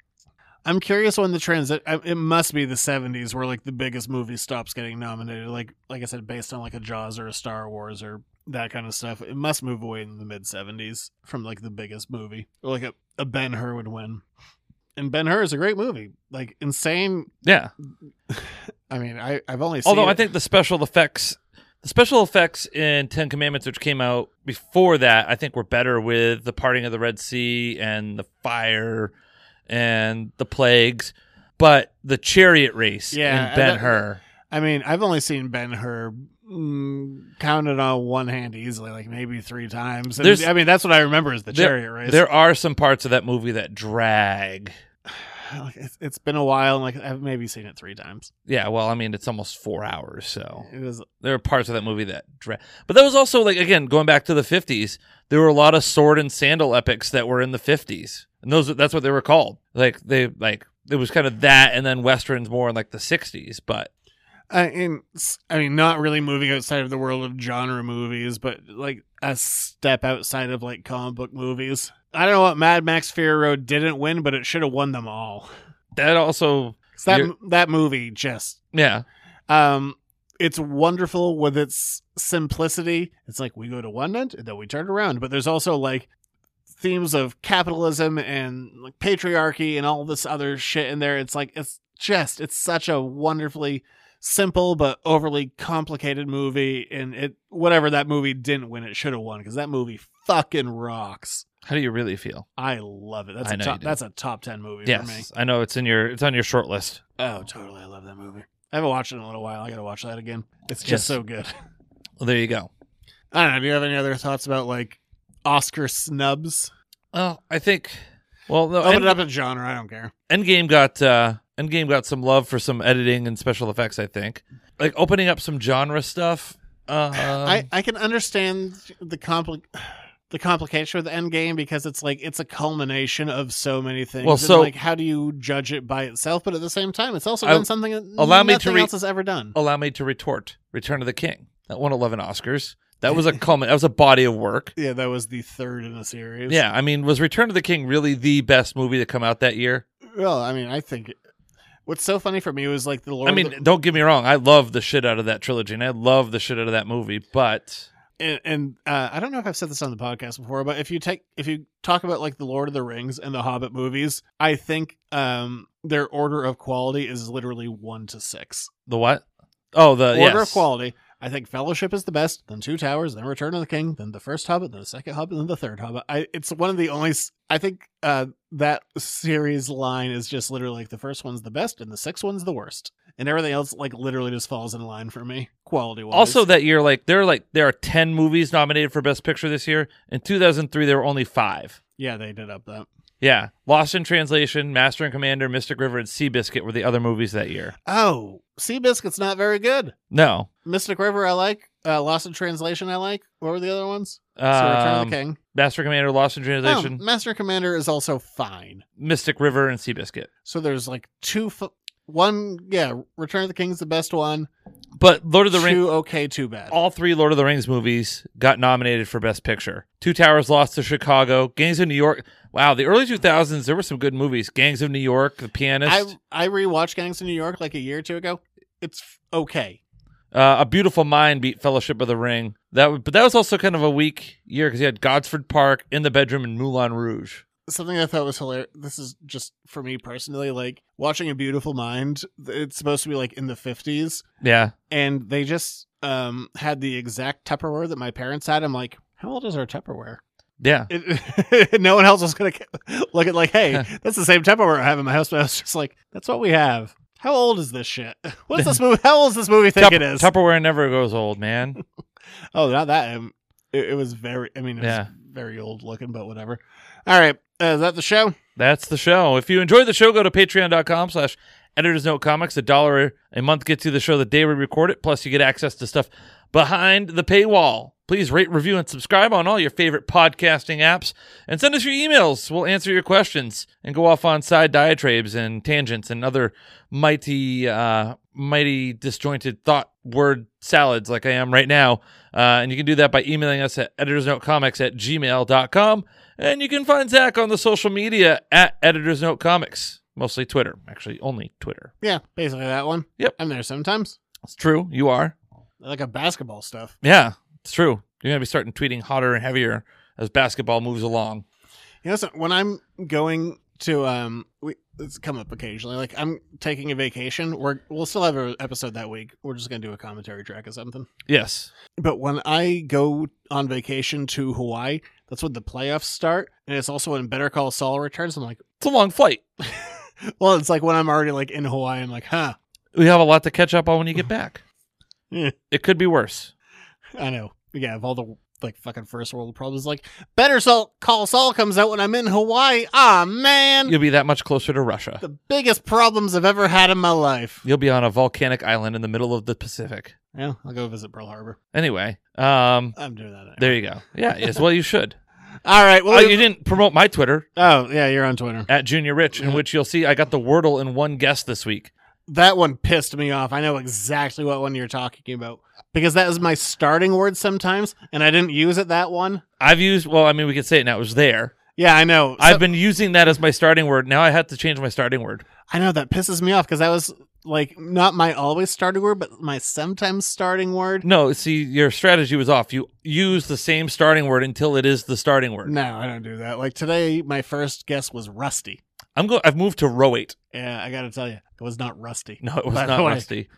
I'm curious when the transit. I- It must be the '70s where like the biggest movie stops getting nominated. Like, like I said, based on like a Jaws or a Star Wars or that kind of stuff. It must move away in the mid '70s from like the biggest movie. Or, like a, a Ben Hur would win. And Ben Hur is a great movie. Like insane.
Yeah,
I mean, I I've only seen
although I
it-
think the special effects, the special effects in Ten Commandments, which came out before that, I think were better with the parting of the Red Sea and the fire and the plagues. But the chariot race
Yeah,
in
and
Ben
that-
Hur,
I mean, I've only seen Ben Hur mm, counted on one hand easily, like maybe three times. And,
There's-
I mean, that's what I remember is the chariot race.
there are some parts of that movie that drag.
Like, it's- it's been a while. and, Like I've maybe seen it three times.
Yeah, well, I mean, it's almost four hours, so
It was
there are parts of that movie that drag. But that was also like again going back to the fifties. There were a lot of sword and sandal epics that were in the fifties, and those that's what they were called. Like they like it was kind of that, and then westerns more in like the sixties. But
I mean, s- I mean, not really moving outside of the world of genre movies, but like a step outside of like comic book movies. I don't know what Mad Max Fury Road didn't win, but it should have won them all.
that also
'Cause that
You're-
m- that movie just
yeah
Um, it's wonderful with its simplicity. It's like we go to one end and then we turn around, but there's also like themes of capitalism and like patriarchy and all this other shit in there. It's like it's just it's such a wonderfully simple but overly complicated movie and it whatever that movie didn't win it should have won because that movie fucking rocks
how do you really feel?
i love it that's
I
a
know you
top
do.
that's a top 10 movie for me
Yes, I know it's in your it's on your short list.
oh totally i love that movie i haven't watched it in a little while i gotta watch that again it's just
Yes.
so good
Well, there you go.
I don't know. Do you have any other thoughts about like Oscar snubs?
Well, I think well no,
Open
End-
it up to genre. I don't care.
Endgame got uh, Endgame got some love for some editing and special effects. I think like opening up some genre stuff. Uh,
I, I can understand the compli- the complication with Endgame because it's like it's a culmination of so many things.
Well,
and,
so-
like how do you judge it by itself? But at the same time, it's also
I-
done something that
allow
allow
me to
nothing
re-
else has ever done.
allow me to retort return of the king that won 11 oscars that was a comment that was a body of work
Yeah, that was the third in the series.
yeah i mean was return of the king really the best movie to come out that year
Well, I mean, I think what's so funny for me was like the Lord.
i
of
mean
the-
don't get me wrong i love the shit out of that trilogy and i love the shit out of that movie but
and, and uh, I don't know if I've said this on the podcast before, but if you take if you talk about like the Lord of the Rings and the Hobbit movies, I think um their order of quality is literally one to six.
The what? Oh, the
Order
yes.
of quality. I think Fellowship is the best, then Two Towers, then Return of the King, then the first Hobbit, then the second Hobbit, then the third Hobbit. I, it's one of the only. s- I think uh, that series line is just literally like the first one's the best and the sixth one's the worst, and everything else like literally just falls in line for me quality wise.
Also, that year, like there are like there are ten movies nominated for Best Picture this year. In 2003, there were only five.
yeah, they did up that.
Yeah, Lost in Translation, Master and Commander, Mystic River, and Seabiscuit were the other movies that year.
Oh, Seabiscuit's not very good.
No,
Mystic River, I like. Uh, Lost in Translation, I like. What were the other ones? So Return of
um,
the King.
Master and Commander, Lost in
Oh,
Translation,
Master Commander is also fine.
Mystic River, and Seabiscuit.
So there's like two, f- one, yeah, Return of the King's the best one.
But Lord of the
two
Rings,
okay, too bad.
all three Lord of the Rings movies got nominated for Best Picture. Two Towers lost to Chicago. Gangs of New York. Wow, the early 2000s, there were some good movies. Gangs of New York, The
I
Pianist,
I rewatched Gangs of New York like a year or two ago. It's f- okay.
uh, A Beautiful Mind beat Fellowship of the Ring. That, w- but that was also kind of a weak year because you had Godsford Park, In the Bedroom, and Moulin Rouge.
Something I thought was hilarious. This is just for me personally, like watching A Beautiful Mind. It's supposed to be like in the fifties,
Yeah,
and they just um had the exact Tupperware that my parents had. I'm like, how old is our Tupperware?
yeah.
It, no one else was gonna ca- look at like, hey, that's the same Tupperware I have in my house. But I was just like, that's what we have. How old is this shit? What's this movie? How old is this movie? Think
Tup-
it is?
Tupperware never goes old, man.
Oh, not that. Um, It, it was very. I mean, it was
Yeah.
very old looking, but whatever. All right, uh, is that the show?
That's the show. If you enjoyed the show, go to patreon.com slash editors note comics. A dollar a month gets you the show the day we record it. Plus, you get access to stuff behind the paywall. Please rate, review, and subscribe on all your favorite podcasting apps. And send us your emails. We'll answer your questions and go off on side diatribes and tangents and other mighty, uh, mighty disjointed thought word salads like I am right now. Uh, and you can do that by emailing us at editorsnotecomics at gmail.com. And you can find Zach on the social media at Editors Note Comics, mostly Twitter, actually, only Twitter.
Yeah, basically that one.
Yep.
I'm there sometimes.
It's true. You are.
I like a basketball stuff.
Yeah, it's true. You're going to be starting tweeting hotter and heavier as basketball moves along.
You know, so when I'm going to um, we it's come up occasionally. Like I'm taking a vacation. We're we'll still have an episode that week. We're just gonna do a commentary track or something.
Yes.
But when I go on vacation to Hawaii, that's when the playoffs start, and it's also when Better Call Saul returns. I'm like,
It's a long flight.
well, it's like when I'm already like in Hawaii. I'm like, huh,
We have a lot to catch up on when you get back.
Yeah.
It could be worse.
I know. Yeah, of all the like fucking first world problems, like Better Saul Call Saul comes out when I'm in Hawaii. Ah man,
You'll be that much closer to Russia.
the biggest problems I've ever had in my life.
You'll be on a volcanic island in the middle of the Pacific.
Yeah, I'll go visit Pearl Harbor.
Anyway, um,
I'm doing that. Anyway.
there you go. Yeah, yes. Well, you should.
All right. Well,
Oh,
we've-
you didn't promote my Twitter
oh yeah, you're on Twitter.
at Junior Rich, in which you'll see I got the Wordle in one guess this week.
That one pissed me off. I know exactly what one you're talking about because that is my starting word sometimes, and I didn't use it that one.
I've used well, I mean we could say it now, it was there.
Yeah, I know. So-
I've been using that as my starting word. Now I have to change my starting word.
I know that pisses me off because that was like not my always starting word, but my sometimes starting word.
No, see your strategy was off. You use the same starting word until it is the starting word.
No, I don't do that. Like today, my first guess was rusty.
I'm go I've moved to roate.
Yeah, I gotta tell you, it was not rusty.
No, it was
By the
not
way.
rusty.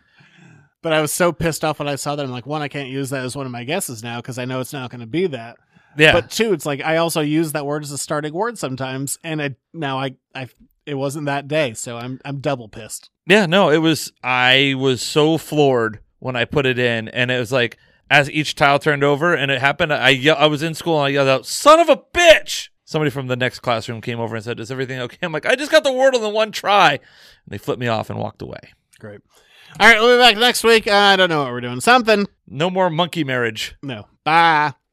But I was so pissed off when I saw that. I'm like, one, I can't use that as one of my guesses now because I know it's not going to be that.
Yeah.
But two, it's like I also use that word as a starting word sometimes, and I now I I it wasn't that day, so I'm I'm double pissed.
yeah, no, it was I was so floored when I put it in and it was like as each tile turned over and it happened I ye- I was in school and I yelled out, "Son of a bitch!" Somebody from the next classroom came over and said, "Is everything okay?" I'm like, "I just got the Wordle in one try." And they flipped me off and walked away.
Great. All right, we'll be back next week. I don't know what we're doing. Something.
No more monkey marriage.
No. Bye.